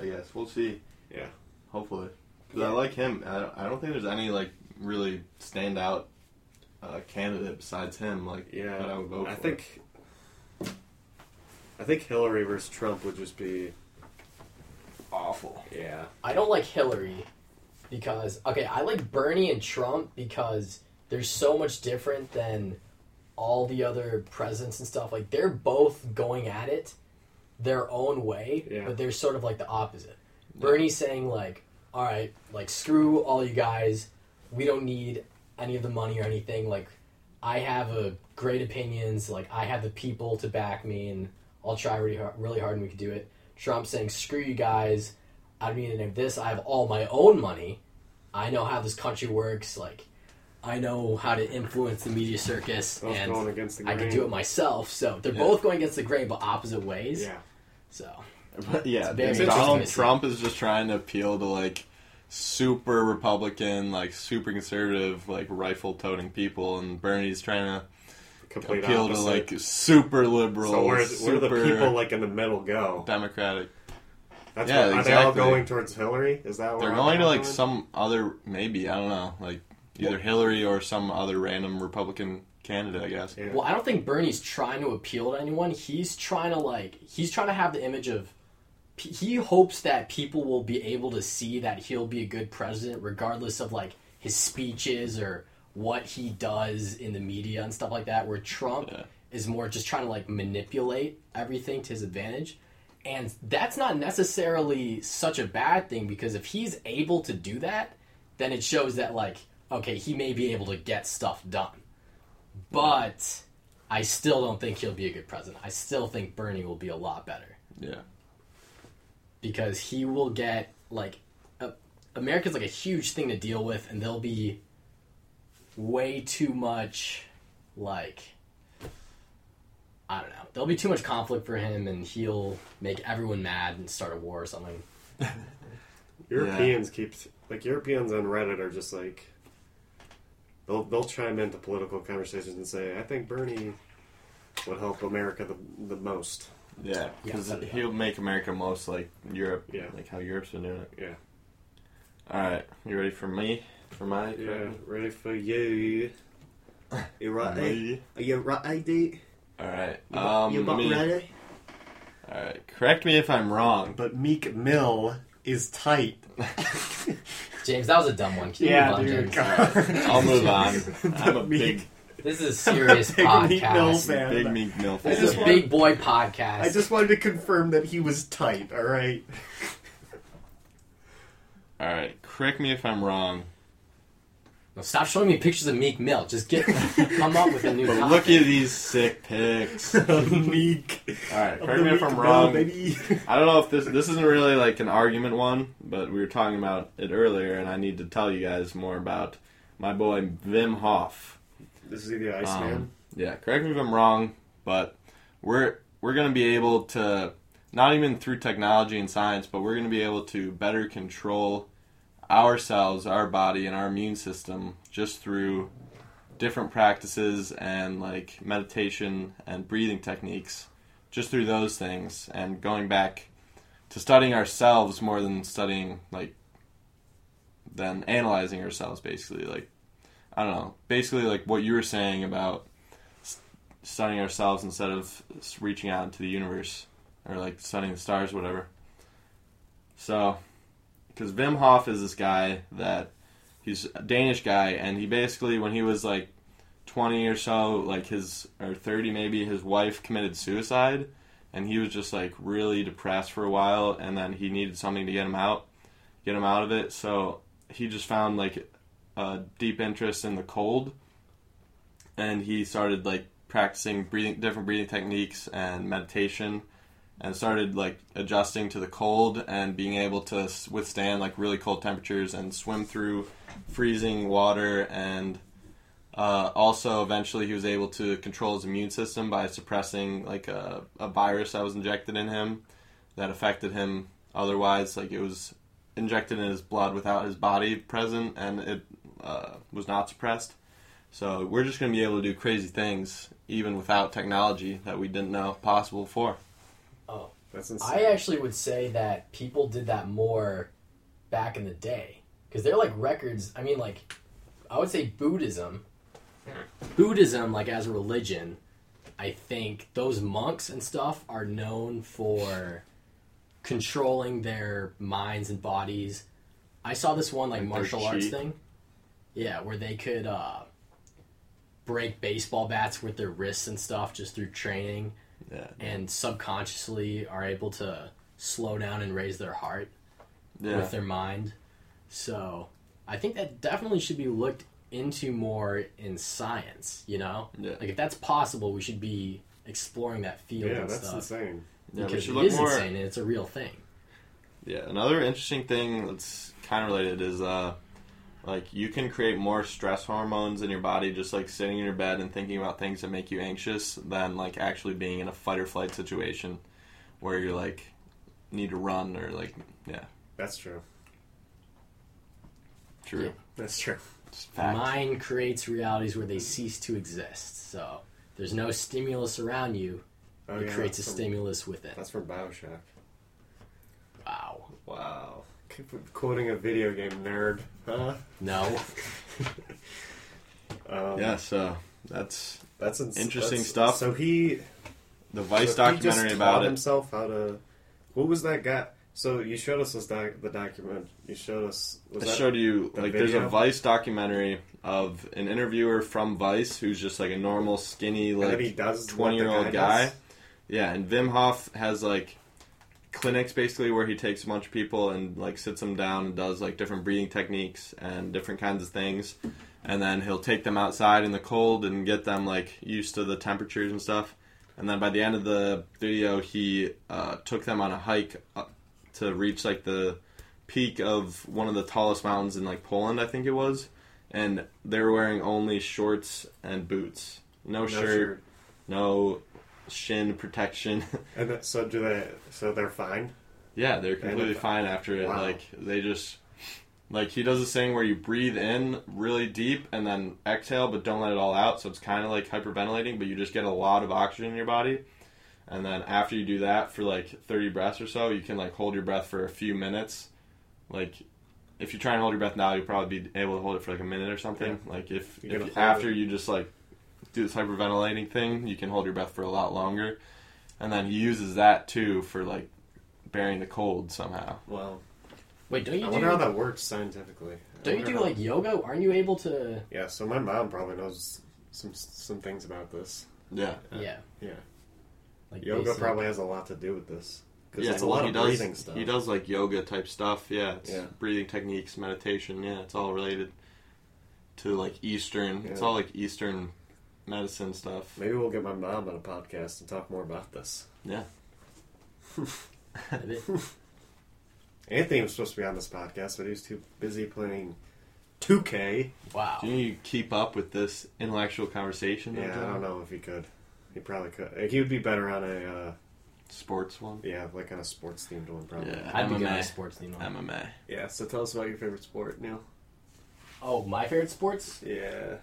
S3: I guess we'll see.
S2: Yeah,
S3: Hopefully, because I like him. I don't, I don't think there's any like really standout uh, candidate besides him. Like
S2: yeah.
S3: that I would vote.
S2: I
S3: for.
S2: think. I think Hillary versus Trump would just be
S3: awful.
S2: Yeah.
S5: I don't like Hillary because okay, I like Bernie and Trump because they're so much different than all the other presidents and stuff. Like they're both going at it their own way,
S2: Yeah.
S5: but they're sort of like the opposite. Bernie's saying like, "All right, like screw all you guys. We don't need any of the money or anything. Like I have a great opinions. Like I have the people to back me, and I'll try really hard, really hard, and we can do it." Trump saying, "Screw you guys. I don't need any of this. I have all my own money. I know how this country works. Like I know how to influence the media circus,
S2: Both
S5: and
S2: going against the
S5: I can
S2: grain.
S5: do it myself." So they're both going against the grain, but opposite ways.
S2: Yeah.
S5: So.
S3: But yeah,
S5: very
S3: and
S5: interesting
S3: Donald
S5: to see.
S3: Trump is just trying to appeal to like super Republican, like super conservative, like rifle toting people, and Bernie's trying to
S2: Complete
S3: appeal
S2: opposite.
S3: to like super liberal,
S2: so where, where
S3: super
S2: do the people like in the middle go?
S3: democratic.
S2: That's
S3: Yeah,
S2: what, are they all
S3: exactly.
S2: going towards Hillary? Is that where
S3: They're
S2: I'm
S3: going to like
S2: going?
S3: some other maybe I don't know, like either Hillary or some other random Republican candidate, I guess.
S2: Yeah.
S1: Well, I don't think Bernie's trying to appeal to anyone. He's trying to like he's trying to have the image of p- he hopes that people will be able to see that he'll be a good president regardless of like his speeches or what he does in the media and stuff like that where Trump
S3: Yeah.
S1: is more just trying to like manipulate everything to his advantage. And that's not necessarily such a bad thing because if he's able to do that, then it shows that like okay, he may be able to get stuff done. But I still don't think he'll be a good president. I still think Bernie will be a lot better
S3: Yeah.
S1: because he will get like a, America's like a huge thing to deal with, and there'll be way too much like I don't know. There'll be too much conflict for him, and he'll make everyone mad and start a war or something.
S2: Europeans keep like Europeans on Reddit are just like they'll they'll chime into political conversations and say, I think Bernie would help America the, the most.
S3: Yeah,
S1: Yeah,
S3: because
S1: that'd be
S3: he'll make America most like Europe,
S2: Yeah.
S3: like how Europe's been doing it.
S2: Yeah.
S3: All right, you ready for me? For my
S2: Yeah. Ready for you. You
S3: Me?
S2: Are you ready?
S3: All right. Um, let me-
S2: ready?
S3: all right. Correct me if I'm wrong.
S2: But Meek Mill is tight.
S5: James, that was a dumb one. Can you move on, James?
S3: I'll move on. I'm a big,
S2: Meek-
S5: This is a serious
S2: Big Meek Mill
S5: podcast.
S2: fan.
S3: big Meek Mill fan.
S5: This is a
S2: want-
S5: big boy podcast.
S2: I just wanted to confirm that he was tight. All right.
S3: All right. Correct me if I'm wrong.
S1: No, stop showing me pictures of Meek Mill. Just get come up with a new.
S3: But
S1: topic.
S3: look at these sick pics. All
S2: Meek.
S3: right.
S2: Of
S3: Correct
S2: the
S3: me if
S2: Meek
S3: I'm
S2: Mill,
S3: wrong.
S2: baby.
S3: I don't know if this this isn't really like an argument one, but we were talking about it earlier, and I need to tell you guys more about my boy Vim Hof.
S2: This is the Iceman.
S3: Um, yeah, correct me if I'm wrong, but we're we're going to be able to not even through technology and science, but we're going to be able to better control ourselves, our body, and our immune system just through different practices and like meditation and breathing techniques, just through those things and going back to studying ourselves more than studying like than analyzing ourselves basically like I don't know. Basically, like what you were saying about s- studying ourselves instead of s- reaching out into the universe or like studying the stars, whatever. So, because Wim Hof is this guy that he's a Danish guy, and he basically, when he was like 20 or so, like his, or 30 maybe, his wife committed suicide, and he was just like really depressed for a while, and then he needed something to get him out, get him out of it. So, he just found like a deep interest in the cold, and he started like practicing breathing, different breathing techniques and meditation, and started like adjusting to the cold and being able to s- withstand like really cold temperatures and swim through freezing water and. Uh, also, eventually, he was able to control his immune system by suppressing like a, a virus that was injected in him that affected him. Otherwise, like it was injected in his blood without his body present, and it uh, was not suppressed. So we're just going to be able to do crazy things even without technology that we didn't know possible before.
S1: Oh,
S2: That's insane.
S1: I actually would say that people did that more back in the day because they're like records. I mean, like I would say Buddhism, Buddhism, like as a religion, I think those monks and stuff are known for controlling their minds and bodies. I saw this one like,
S3: Like their
S1: martial arts
S3: chi.
S1: thing, yeah, where they could uh, break baseball bats with their wrists and stuff just through training
S3: Yeah,
S1: and subconsciously are able to slow down and raise their heart
S3: yeah,
S1: with their mind. So I think that definitely should be looked into more in science, you know?
S3: Yeah.
S1: Like if that's possible, we should be exploring that field
S2: yeah,
S1: and
S2: that's
S1: stuff.
S2: insane.
S3: yeah. We
S1: Because
S3: should
S1: it
S3: look
S1: is
S3: more.
S1: insane and it's a real thing.
S3: Yeah, another interesting thing that's kind of related is uh, like you can create more stress hormones in your body just like sitting in your bed and thinking about things that make you anxious than like actually being in a fight or flight situation where you're like need to run or like yeah,
S2: That's true.
S3: true.
S1: Yeah.
S2: That's true.
S3: It's fact.
S1: Mind creates realities where they cease to exist. So there's no stimulus around you.
S2: Oh,
S1: it
S2: yeah,
S1: creates a
S2: that's from-
S1: stimulus within.
S2: That's from Bioshock.
S1: Wow.
S2: Wow. Keep quoting a video game nerd, huh?
S1: No.
S2: Um,
S3: yeah, so that's
S2: That's ins-
S3: Interesting
S2: that's-
S3: stuff.
S2: So he
S3: the Vice
S2: so he just
S3: documentary
S2: taught
S3: about it.
S2: himself how to. What was that guy? So you showed us this doc, the document. You showed us. Was
S3: I
S2: that,
S3: showed you
S2: the
S3: like there's a
S2: video?
S3: Vice documentary of an interviewer from Vice who's just like a normal skinny
S2: and
S3: like
S2: then he does what the
S3: 20 year old guy.
S2: does?
S3: Yeah, and Wim Hof has like clinics basically where he takes a bunch of people and like sits them down and does like different breathing techniques and different kinds of things. And then he'll take them outside in the cold and get them like used to the temperatures and stuff. And then by the end of the video, he uh, took them on a hike up to reach like the peak of one of the tallest mountains in like Poland, I think it was. And they were wearing only shorts and boots, no,
S2: No
S3: shirt, no shin protection.
S2: And that, so do they? So they're fine.
S3: yeah, they're completely
S2: fi-
S3: fine after it.
S2: Wow.
S3: Like they just like he does this thing where you breathe in really deep and then exhale, but don't let it all out. So it's kind of like hyperventilating, but you just get a lot of oxygen in your body. And then after you do that for like 30 breaths or so, you can like hold your breath for a few minutes. Like if you try and hold your breath now, you'll probably be able to hold it for like a minute or something. Like if,
S2: You gotta
S3: if
S2: hold
S3: after
S2: it.
S3: you just like do this hyperventilating thing, you can hold your breath for a lot longer. And then he uses that too for like bearing the cold somehow.
S2: Well,
S1: Wait, don't you
S2: I
S1: do
S2: wonder how that works scientifically. I
S1: don't you
S2: wonder
S1: do
S2: how-
S1: like yoga? Aren't you able to
S2: Yeah. So my mom probably knows some some things about this.
S3: Yeah.
S1: Yeah.
S2: Yeah.
S1: Like
S2: Yoga
S1: basic-
S2: probably has a lot to do with this because
S3: yeah,
S2: it's a
S3: well,
S2: lot
S3: he
S2: of
S3: does,
S2: breathing stuff.
S3: He does like yoga type stuff. Yeah, it's
S2: Yeah.
S3: breathing techniques, meditation. Yeah, it's all related to like Eastern. It's
S2: Yeah.
S3: all like Eastern medicine stuff.
S2: Maybe we'll get my mom on a podcast and talk more about this.
S3: Yeah.
S1: Maybe.
S2: Anthony was supposed to be on this podcast, but he was too busy playing 2K.
S1: Wow.
S3: Do you keep up with this intellectual conversation?
S2: Yeah,
S3: I'm
S2: I don't
S3: doing?
S2: know if he could. He probably could. He would be better on a uh,
S3: Sports one.
S2: yeah, like on a sports themed one, probably.
S3: Yeah,
S1: I'd be good at
S3: MMA.
S1: a sports theme. one.
S3: MMA.
S2: Yeah. So tell us about your favorite sport, Neil.
S1: Oh, my favorite sports?
S2: Yeah.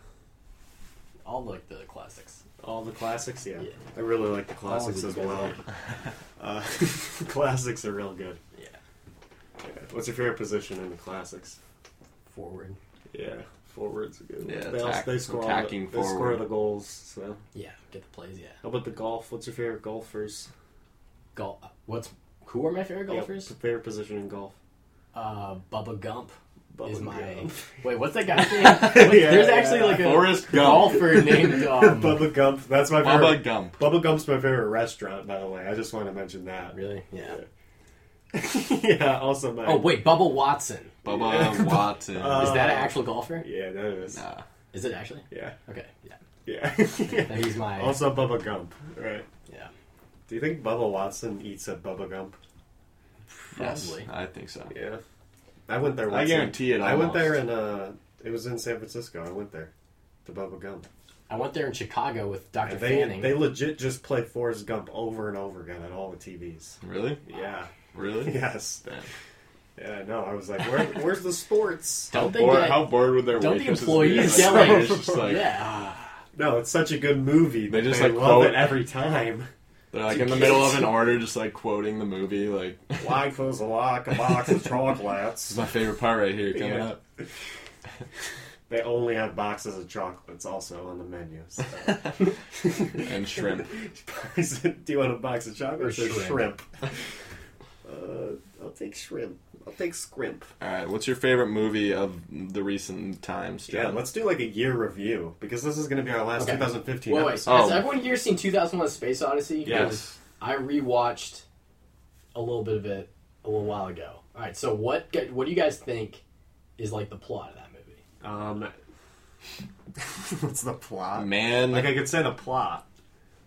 S1: All like the classics.
S2: All the classics. Yeah.
S1: Yeah.
S2: I really like the
S1: All of
S2: classics
S1: these
S2: as
S1: guys
S2: well. Uh, classics are real good.
S1: Yeah.
S2: Yeah. What's your favorite position in the classics?
S1: Forward.
S2: Yeah, forwards are good.
S3: Yeah,
S2: they, also-
S3: attack-
S2: they score all
S3: attacking
S2: the, they score
S3: forward.
S2: the goals. So
S1: Yeah, get the plays, yeah.
S2: how about the golf? What's your favorite golfers?
S1: Golf. What's who are my favorite golfers?
S2: Yeah, favorite position in golf.
S1: Uh, Bubba Gump
S2: Bubba
S1: is my.
S2: Gump.
S1: Wait, what's that guy's name? What's-
S2: Yeah,
S1: there's
S2: yeah.
S1: actually like a
S3: Forrest Gump.
S1: golfer named um,
S2: Bubba Gump. That's my
S3: Bubba
S2: favorite.
S3: Gump.
S2: Bubba Gump's my favorite restaurant, by the way. I just want to mention that.
S1: Really? Yeah.
S2: yeah. Also, my.
S1: Oh wait, Bubba Watson.
S3: Bubba Watson.
S2: Uh,
S1: Is that an actual golfer?
S2: Yeah, that is.
S3: nah.
S1: Is it actually?
S2: Yeah.
S1: Okay. Yeah.
S2: Yeah.
S1: Then he's my.
S2: Also, Bubba Gump. Right.
S1: yeah.
S2: Do you think Bubba Watson eats at Bubba Gump?
S3: Yes,
S1: Probably.
S3: I think so.
S2: Yeah. I went there.
S3: I
S2: Once
S3: guarantee it,
S2: I went
S3: almost.
S2: there and uh, it was in San Francisco. I went there to Bubba Gump.
S1: I went there in Chicago with Dr.
S2: And they
S1: Fanning.
S2: they legit just play Forrest Gump over and over again on all the TVs.
S3: Really?
S2: Yeah.
S3: Really?
S2: Yes.
S3: Damn.
S2: Yeah. No, I was like, Where, where's the sports?
S1: don't they
S3: Or
S1: get?
S3: how bored would their
S1: don't the
S3: waitresses
S1: employees
S3: be?
S1: get
S3: Like,
S1: like?
S3: it's just like-
S1: yeah.
S2: No, it's such a good movie.
S3: They just, like,
S2: love
S3: quote-
S2: it every time.
S3: They're like in the middle of an order, just like quoting the movie. Like, this
S2: Life is like a box of chocolates.
S3: is my favorite part right here coming
S2: Yeah.
S3: up.
S2: They only have boxes of chocolates also on the menu. So.
S3: And shrimp.
S2: I said, "Do you want a box of chocolates
S1: Or
S2: or,
S1: shrimp.
S2: shrimp?" uh, I'll take shrimp. I'll take scrimp.
S3: All right, what's your favorite movie of the recent times? John?
S2: Yeah, let's do like a year review because this is going to be our last
S1: Okay.
S2: 2015.
S1: Wait, wait.
S2: episode.
S1: So Has
S3: Oh.
S1: everyone here seen 2001: Space Odyssey?
S3: Yes.
S1: I rewatched a little bit of it a little while ago. All right, so what gu- what do you guys think is like the plot of that movie?
S2: Um, what's the plot?
S3: Man,
S2: Like I could say the plot.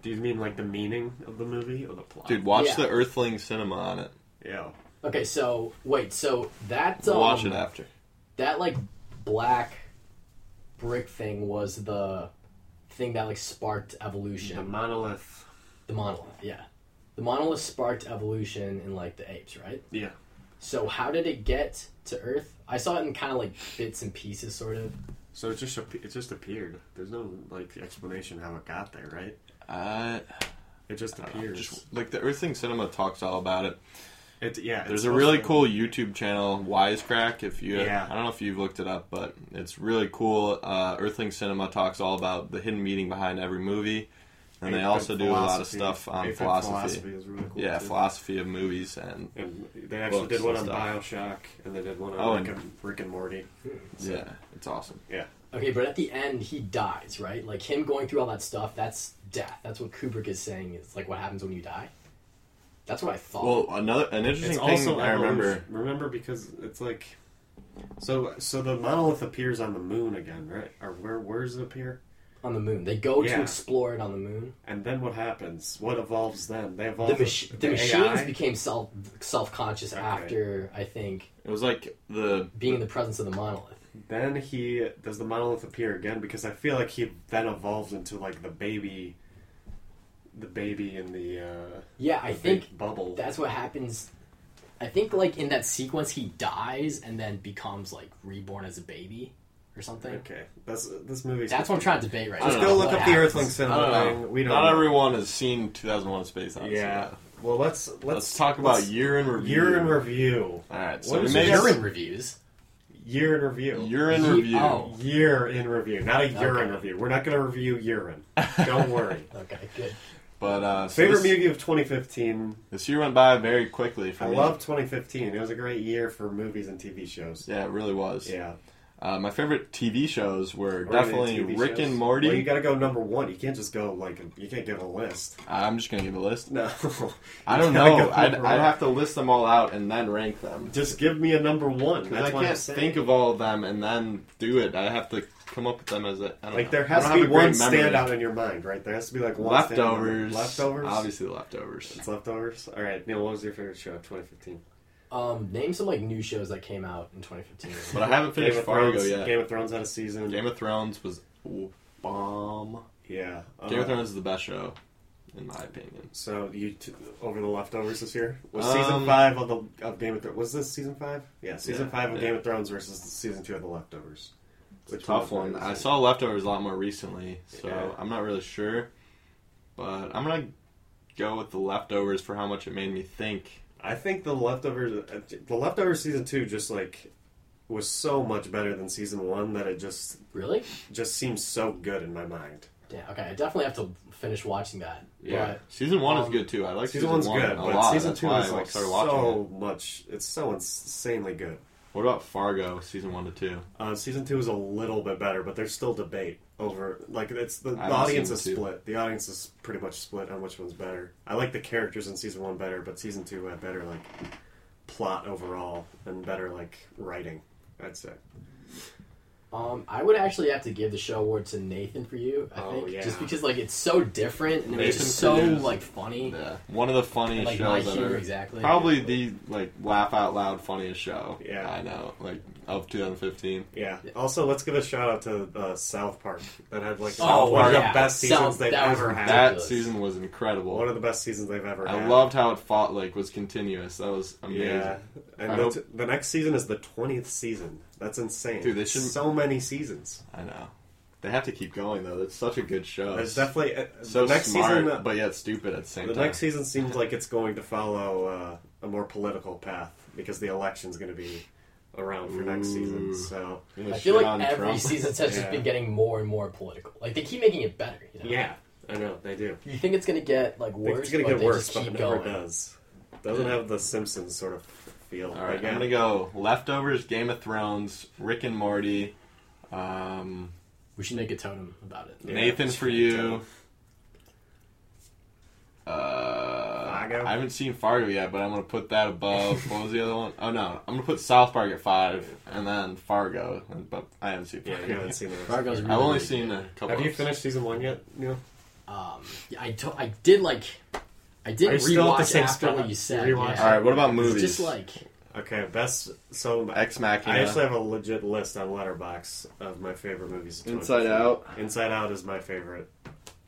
S2: Do you mean like the meaning of the movie or the plot?
S3: dude, watch
S1: Yeah.
S3: the Earthling cinema on it.
S2: yeah.
S1: Okay, so wait, so that um,
S3: We'll watch it after.
S1: that like black brick thing was the thing that like sparked evolution.
S2: The monolith.
S1: the monolith, yeah. The monolith sparked evolution in like the apes, right?
S2: Yeah.
S1: So how did it get to Earth? I saw it in kind of like bits and pieces, sort of.
S2: So it just ap- it just appeared. There's no like explanation how it got there, right?
S3: Uh,
S2: It just appears.
S3: just like the Earthling cinema talks all about it.
S2: It, yeah. it's
S3: There's a
S2: supposed
S3: really
S2: to-
S3: cool YouTube channel, Wisecrack. If you,
S2: Yeah.
S3: I don't know if you've looked it up, but it's really cool. Uh, Earthling Cinema talks all about the hidden meaning behind every movie, and they
S2: Ape
S3: also
S2: and
S3: do a lot of
S2: philosophy.
S3: stuff on
S2: Ape and
S3: philosophy.
S2: is really cool.
S3: Yeah,
S2: too.
S3: philosophy of movies, and
S2: And they actually
S3: Books
S2: did one on
S3: and
S2: Bioshock, and they did one on
S3: Oh,
S2: Rick,
S3: and-
S2: and, Rick and Morty.
S3: yeah, it's awesome.
S2: Yeah,
S1: Okay, but at the end, he dies, right? Like him going through all that stuff, that's death. That's what Kubrick is saying is like what happens when you die. That's what I thought.
S3: Well, another an interesting
S2: it's
S3: thing
S2: also
S3: I remember.
S2: Remember because it's like, so so the monolith appears on the moon again, right? Or where where does it appear?
S1: on the moon. They go to
S2: Yeah.
S1: explore it on the moon.
S2: And then what happens? What evolves then? They evolve
S1: The, mach- the machines
S2: AI?
S1: became self self conscious
S2: Okay.
S1: after I think
S3: It was like the
S1: being in the presence of the monolith.
S2: Then he does the monolith appear again because I feel like he then evolves into like the baby, the baby in the uh,
S1: Yeah, I
S2: the
S1: think
S2: big bubble.
S1: that's what happens. I think like in that sequence, he dies and then becomes like reborn as a baby or something.
S2: okay, that's this movie.
S1: That's what I'm trying to debate right
S2: Just
S1: now.
S2: go
S1: What
S2: look up the
S1: happens?
S2: Earthling Cinema
S3: I don't know.
S2: thing. We don't.
S3: Not
S2: know.
S3: everyone has seen 2001: A Space Odyssey.
S2: Yeah. Well, let's let's,
S3: Let's, talk about
S2: let's-
S3: year in review.
S2: year in review.
S3: All right, so
S2: What
S3: we
S2: is
S3: made
S2: your
S1: Urine reviews.
S2: Year in review.
S3: year in
S1: Ye-
S3: review.
S1: oh.
S2: Year in review, not a year in
S1: Okay.
S2: review. We're not going to review urine. Don't worry.
S1: Okay, good.
S3: But uh, so
S2: Favorite
S3: this,
S2: movie of 2015.
S3: This year went by very quickly for
S2: I
S3: me.
S2: love 2015. It was a great year for movies and TV shows.
S3: Yeah, it really was.
S2: Yeah,
S3: Uh, my favorite TV shows were
S2: Or
S3: definitely
S2: any TV
S3: Rick
S2: shows.
S3: and Morty.
S2: Well, you got to go number one. You can't just go like you can't give a list.
S3: I'm just gonna give a list.
S2: No,
S3: I
S2: You gotta
S3: don't know.
S2: go
S3: I'd,
S2: number
S3: I'd
S2: one.
S3: have to list them all out and then rank them.
S2: just give me a number one.
S3: 'Cause
S2: That's
S3: I
S2: what I'm
S3: can't
S2: saying.
S3: think of all of them and then do it. I have to come up with them as a. I don't
S2: Like
S3: know.
S2: there
S3: I
S2: has
S3: don't
S2: to be
S3: have a great
S2: one
S3: memory.
S2: standout in your mind, right? There has to be like one standout in your mind.
S3: Leftovers.
S2: Leftovers.
S3: Obviously, leftovers.
S2: It's leftovers. All right, Neil. What was your favorite show of 2015?
S1: Um, name some like new shows that came out in 2015.
S3: But I haven't
S2: Game
S3: finished
S2: of
S3: Fargo
S2: Thrones.
S3: yet. Game
S2: Game of Thrones had a season.
S3: of, Thrones was bomb.
S2: yeah.
S3: Game
S2: uh,
S3: of Thrones is the best show. in my opinion.
S2: So you t- over the leftovers this year was
S3: Um,
S2: season five of the of Game of Thrones. Was this season five? Yeah, season
S3: Yeah,
S2: five of
S3: yeah.
S2: Game of Thrones versus season two of the leftovers. Which
S3: Tough one.
S2: was it?
S3: I saw leftovers a lot more recently, so
S2: Yeah.
S3: I'm not really sure. But I'm gonna go with the leftovers for how much it made me think.
S2: I think the leftovers, uh, the leftovers season two, just like was so much better than season one that it just
S5: Really?
S2: just seems so good in my mind.
S5: Yeah. Okay. I definitely have to finish watching that. But
S3: season one is
S5: um,
S3: good too. I like
S2: season, one's
S3: one
S2: good,
S3: a
S2: but
S3: lot.
S2: season
S3: That's
S2: two
S3: why
S2: is
S3: I
S2: like
S3: started watching it.
S2: so much. It's so insanely good.
S3: What about Fargo? Season one to two.
S2: Uh, season two is a little bit better, but there's still debate over like it's the, the
S3: haven't
S2: audience
S3: seen
S2: is
S3: two.
S2: split. The audience is pretty much split on which one's better. I like the characters in season one better, but season two had better like plot overall and better like writing. I'd say.
S5: um, I would actually have to give the show award to Nathan for you. I
S2: Oh,
S5: think
S2: yeah.
S5: just because like it's so different and it's
S3: Nathan
S5: just so
S3: Cruz.
S5: like funny.
S3: Yeah, one of the funniest
S5: Like my
S3: shows
S5: humor
S3: ever.
S5: exactly.
S3: Probably the like laugh out loud funniest show.
S2: Yeah.
S3: I know. Like of 2015.
S2: Yeah. Also, let's give a shout out to uh, South Park that had like
S5: Oh,
S2: South Park,
S5: yeah.
S2: the best seasons
S5: South-
S2: they've
S5: that was
S2: ever had.
S5: ridiculous.
S3: That season was incredible.
S2: One of the best seasons they've ever had.
S3: I loved how it fought like was continuous. That was amazing.
S2: Yeah, and
S3: I
S2: the,
S3: hope-
S2: t- the next season is the twentieth season. That's insane,
S3: Dude, they should-
S2: So many seasons.
S3: I know. They have to keep going though. That's such a good show.
S2: There's definitely uh,
S3: so
S2: the next
S3: smart,
S2: season.
S3: but yet stupid at the same
S2: the
S3: time.
S2: next season seems like it's going to follow uh, a more political path because the election's going to be around for next season.
S3: Ooh.
S2: So
S3: I'm gonna
S5: I feel
S3: shit
S5: like
S3: on
S5: every
S3: Trump.
S5: season has
S2: Yeah.
S5: just been getting more and more political. Like they keep making it better. You know?
S2: yeah, I know they do.
S5: You think it's gonna get like
S2: I think
S5: worse?
S2: it's going to
S5: but
S2: get
S5: they
S2: worse,
S5: just
S2: but
S5: keep
S2: it never
S5: going.
S2: does. Doesn't have the Simpsons sort of feel.
S3: All right,
S2: Like, yeah.
S3: I'm gonna go leftovers, Game of Thrones, Rick and Morty, um,
S5: We should make a totem about it.
S2: Yeah.
S3: Nathan for you. Uh,
S2: Fargo?
S3: I haven't seen Fargo yet, but I'm gonna put that above. what was the other one? Oh no, I'm gonna put South Park at five, and then Fargo. and- But I haven't seen
S2: Yeah,
S3: Fargo.
S2: you haven't
S3: yet.
S2: seen those.
S5: Fargo's really,
S3: I've only
S5: really good.
S3: seen a couple.
S2: Have you
S3: episodes.
S2: finished season one yet, Neil?
S5: Um, yeah, I to- I did like, I did
S2: Are you
S5: rewatch
S2: still at the same
S5: after
S2: spot?
S5: what you
S2: You
S5: said.
S2: rewatched?
S5: yeah.
S3: All right, what about
S5: It's
S3: movies?
S5: Just like
S2: Okay, best. So
S3: Ex Machina.
S2: I actually have a legit list on Letterbox of my favorite movies. of
S3: Inside
S2: 2015.
S3: Out.
S2: Inside Out is my favorite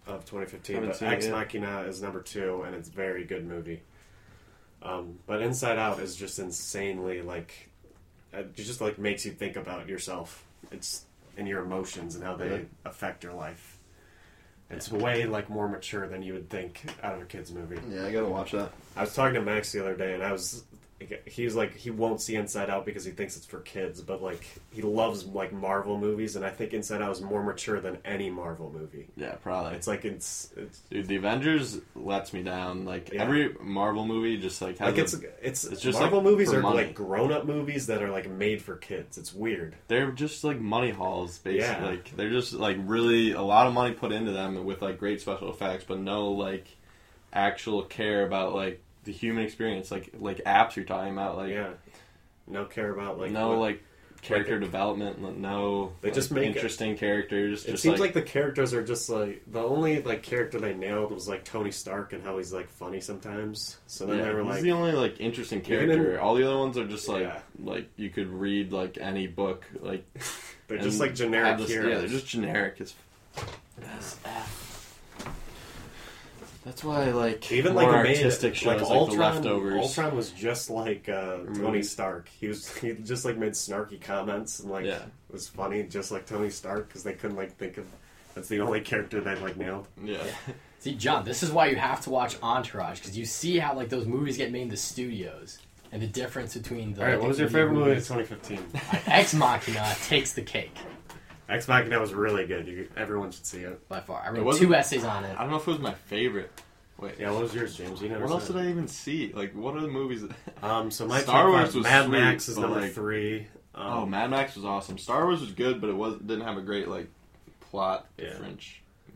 S2: of 2015,
S3: Haven't
S2: but
S3: seen it
S2: Ex
S3: yet.
S2: Machina is number two, and it's a very good movie. Um, but Inside Out is just insanely like, uh, it just like makes you think about yourself. It's and your emotions and how they
S3: Yeah.
S2: affect your life. It's way like more mature than you would think out of a kids movie.
S3: Yeah, I gotta watch that.
S2: I was talking to Max the other day, and I was he's like he won't see Inside Out because he thinks it's for kids, but like he loves like Marvel movies, and I think Inside Out is more mature than any Marvel movie.
S3: Yeah, probably.
S2: It's like it's, it's
S3: Dude, the Avengers lets me down. Like
S2: Yeah.
S3: every Marvel movie, just like has
S2: like it's
S3: a-
S2: it's,
S3: it's just,
S2: Marvel
S3: like,
S2: movies
S3: for
S2: are
S3: money.
S2: like grown up movies that are like made for kids. It's weird.
S3: they're just like money hauls, basically.
S2: Yeah.
S3: Like they're just like really a lot of money put into them with like great special effects, but no like actual care about like the human experience, like like apps you're talking about, like
S2: Yeah, no care about like
S3: no
S2: what-
S3: like character development, no
S2: They
S3: like,
S2: just make-
S3: interesting characters.
S2: It
S3: just
S2: seems like, the characters are just like the only like character they nailed was like Tony Stark and how he's like funny sometimes. So then
S3: yeah,
S2: they were
S3: he's
S2: like,
S3: the only like interesting
S2: Even in-
S3: character. All the other ones are just like
S2: Yeah.
S3: like you could read like any book like
S2: they're
S3: and
S2: just like
S3: have
S2: generic
S3: this-
S2: heroes.
S3: Yeah, they're just generic. It's that's why I like
S2: Even
S3: more
S2: like
S3: artistic
S2: made,
S3: shows
S2: like,
S3: like,
S2: Ultron,
S3: The Leftovers. Mm-hmm.
S2: Ultron was just like uh, Tony
S3: movie.
S2: Stark. He was he just like made snarky comments and like
S3: Yeah.
S2: was funny, just like Tony Stark, because they couldn't like think of. That's the only character they like nailed.
S3: Yeah,
S5: see, John, this is why you have to watch Entourage because you see how like those movies get made in the studios and the difference between the.
S2: All right,
S5: like,
S2: what was your
S5: indie
S2: favorite movie of
S5: movies.
S2: 2015?
S5: Ex Machina takes the cake
S2: Ex Machina was really good. You, everyone should see it.
S5: by far. I
S3: It
S5: wrote
S3: wasn't-
S5: two essays on
S3: I
S5: it.
S3: don't know if it was my favorite. Wait,
S2: Yeah, what was yours, James? You never
S3: what else
S2: said.
S3: did I even see? Like, what are the movies? That...
S2: Um, so my
S3: Star
S2: top
S3: Wars
S2: five-
S3: was
S2: Mad
S3: sweet,
S2: Max is
S3: but,
S2: number
S3: like-
S2: three. Um,
S3: oh, Mad Max was awesome. Star Wars was good, but it was didn't have a great like plot
S2: Yeah.
S3: difference.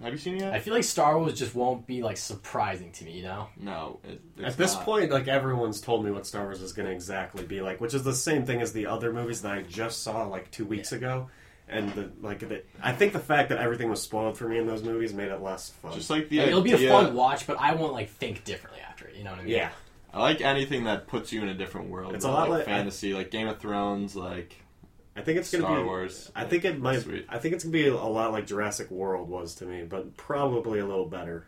S3: Have you seen it yet?
S5: I feel like Star Wars just won't be like surprising to me, you know.
S3: No. It, it's
S2: At this
S3: not.
S2: point, like everyone's told me what Star Wars is going to exactly be like, which is the same thing as the other movies that I just saw like two weeks ago, and the, like the, I think the fact that everything was spoiled for me in those movies made it less fun.
S3: just like the
S5: Like, it'll be a
S3: idea-
S5: fun watch, but I won't like think differently after it. You know what I mean?
S2: yeah,
S3: I like anything that puts you in a different world.
S2: It's a lot
S3: like,
S2: like-
S3: fantasy, like Game of Thrones, like
S2: I think it's going to be
S3: Star Wars.
S2: I think it might.
S3: Sweet.
S2: I think it's going to be a lot like Jurassic World was to me, but probably a little better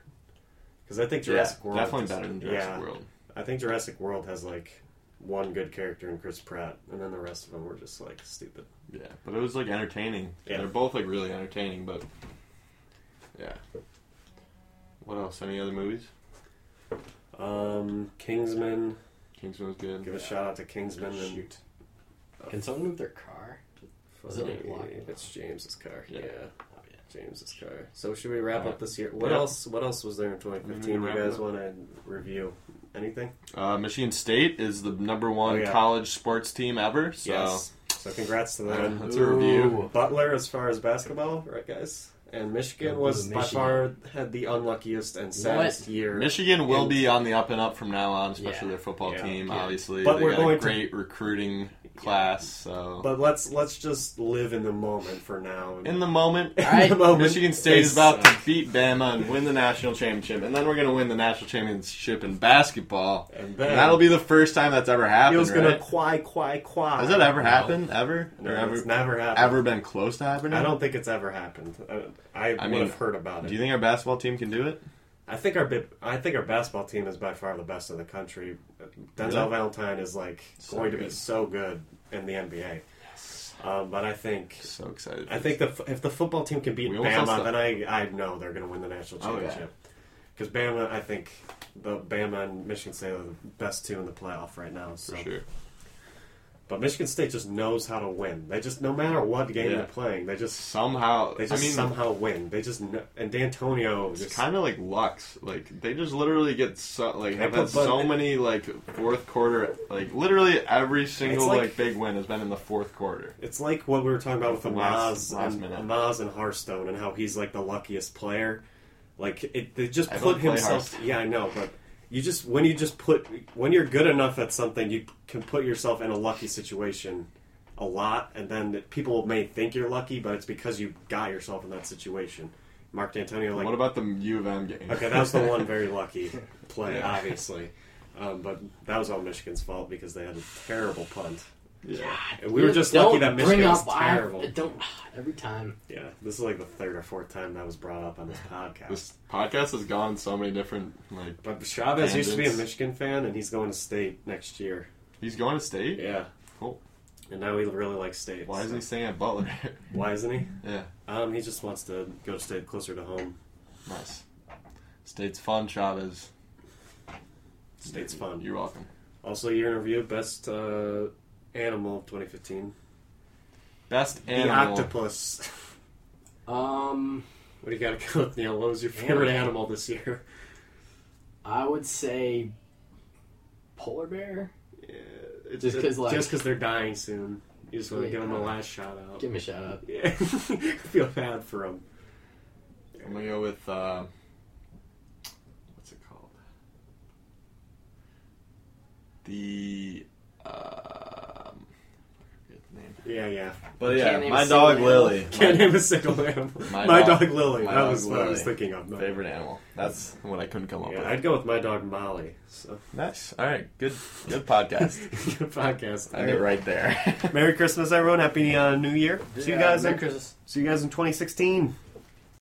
S2: Because I think Jurassic World
S3: definitely
S2: just-
S3: better than Jurassic
S2: yeah.
S3: World.
S2: I think Jurassic World has like one good character in Chris Pratt, and then the rest of them were just like stupid.
S3: Yeah, but it was like entertaining.
S2: Yeah.
S3: They're both like really entertaining, but yeah. What else? Any other movies?
S2: Um, Kingsman.
S3: Kingsman was good.
S2: Give a shout out to Kingsman and
S5: Shoot. Can someone move their car? Was it like locked?
S2: it's James's car. Yeah.
S3: Yeah.
S2: James's car. So should we wrap
S3: Uh,
S2: up this year? What
S3: Yeah.
S2: else? What else was there in
S3: We
S2: 2015?
S3: can
S2: You
S3: wrap it
S2: guys
S3: up.
S2: want to review anything?
S3: Uh, Michigan State is the number one
S2: Oh, yeah.
S3: college sports team ever. So
S2: So congrats to
S3: uh,
S2: them.
S3: that's a review.
S5: Ooh.
S2: Butler, as far as basketball, right, guys? And Michigan
S3: Uh,
S5: Yeah,
S2: was by
S5: Michigan.
S2: far had the unluckiest and saddest year.
S3: Michigan will be on the up and up from now on, especially
S5: Yeah.
S3: their football
S2: Yeah.
S3: team.
S5: Yeah.
S3: Obviously,
S2: But
S3: they
S2: we're
S3: got
S2: going
S3: a
S2: to-
S3: great recruiting class. So
S2: But let's let's just live in the moment for now.
S3: in the moment,
S2: In
S5: Alright,
S2: moment,
S3: Michigan State is
S2: they
S3: about to
S2: suck.
S3: beat Bama and win the national championship, and then we're going to win the national championship in basketball.
S2: And
S3: And
S2: then
S3: that'll be the first time that's ever happened.
S2: feels gonna
S3: right?
S2: quai quai quai.
S3: Has that ever happened? Ever?
S2: No,
S3: or
S2: it's
S3: ever?
S2: never happened.
S3: Ever been close to happening?
S2: I don't think it's ever happened. Uh, I, I, would
S3: mean,
S2: have heard about it.
S3: Do you think our basketball team can do it?
S2: I think our bit, I think our basketball team is by far the best in the country. Denzel
S3: Really?
S2: Valentine is like
S3: So
S2: going to be
S3: good.
S2: so good in the NBA. Um, but I think
S3: So excited!
S2: I think the f- if the football team can beat
S3: We almost lost
S2: Bama,
S3: that.
S2: then I I know they're going to win the national
S3: Oh, yeah.
S2: championship. Because Bama, I think the Bama and Michigan State are the best two in the playoff right now. So.
S3: for sure.
S2: But Michigan State just knows how to win. They just no matter what game
S3: Yeah.
S2: they're playing, they just
S3: Somehow,
S2: they just
S3: I mean,
S2: somehow win. They just kn- and D'Antonio
S3: it's
S2: just
S3: kind of like Lux. Like they just literally get so like have
S2: put
S3: had so
S2: Bud-
S3: many like fourth quarter. Like literally every single
S2: like-
S3: like, big win has been in the fourth quarter.
S2: It's like what we were talking about with the
S3: Last-
S2: Maz
S3: last
S2: and
S3: minute.
S2: Maz and Hearthstone and how he's like the luckiest player. Like it, they just
S3: I
S2: put
S3: don't play
S2: himself.
S3: Hearthstone.
S2: Yeah, I know, but you just when you just put when you're good enough at something, you can put yourself in a lucky situation a lot, and then people may think you're lucky, but it's because you got yourself in that situation. Mark D'Antonio, like
S3: what about the U of M game?
S2: Okay, that was the one very lucky play,
S3: Yeah.
S2: obviously. Um, but that was all Michigan's fault because they had a terrible punt.
S3: yeah.
S2: And we were just lucky that Michigan was terrible.
S5: I, don't every time.
S2: Yeah, this is like the third or fourth time that was brought up on this podcast.
S3: This podcast has gone so many different. Like
S2: But Chavez used to be a
S3: Tangents.
S2: Michigan fan, and he's going to state next year.
S3: he's going to state.
S2: Yeah,
S3: Cool.
S2: and now he really likes state.
S3: Why
S2: so-
S3: isn't he staying at Butler?
S2: Why isn't he?
S3: yeah.
S2: Um, he just wants to go to state closer to home.
S3: Nice. State's fun, Chavez.
S2: State's fun.
S3: You're welcome.
S2: Also, your interview best uh, animal of 2015.
S3: Best
S2: The
S3: animal.
S2: octopus.
S5: Um,
S2: What do you got to go with, Neil? What was your favorite
S5: Yeah.
S2: animal this year?
S5: I would say polar bear.
S2: Yeah,
S3: Uh,
S2: it's
S5: Just 'cause, like-
S2: just because they're dying soon. You just want to
S5: Yeah.
S2: give
S3: uh,
S2: them a last shout out.
S5: Give him a shout out.
S2: yeah, feel bad for them.
S3: I'm gonna go with uh, what's it called? The um, I forget the name.
S2: Yeah, yeah.
S3: But
S5: You can't
S3: yeah,
S5: even
S3: my
S5: say
S3: dog
S5: the name.
S3: Lily.
S2: Can't name a single animal. My,
S3: My
S2: dog,
S3: dog-
S2: Lily.
S3: my
S2: that
S3: dog
S2: was what I was
S3: Lily.
S2: thinking of.
S3: My
S2: no.
S3: favorite animal. That's what I couldn't come up
S2: Yeah,
S3: with.
S2: I'd go with my dog Molly. So
S3: Nice. All right. Good. Good podcast.
S2: good podcast.
S3: I it right there.
S2: Merry Christmas, everyone. Happy uh, New Year. See you guys.
S5: Merry
S2: in,
S5: Christmas.
S2: see you guys in 2016.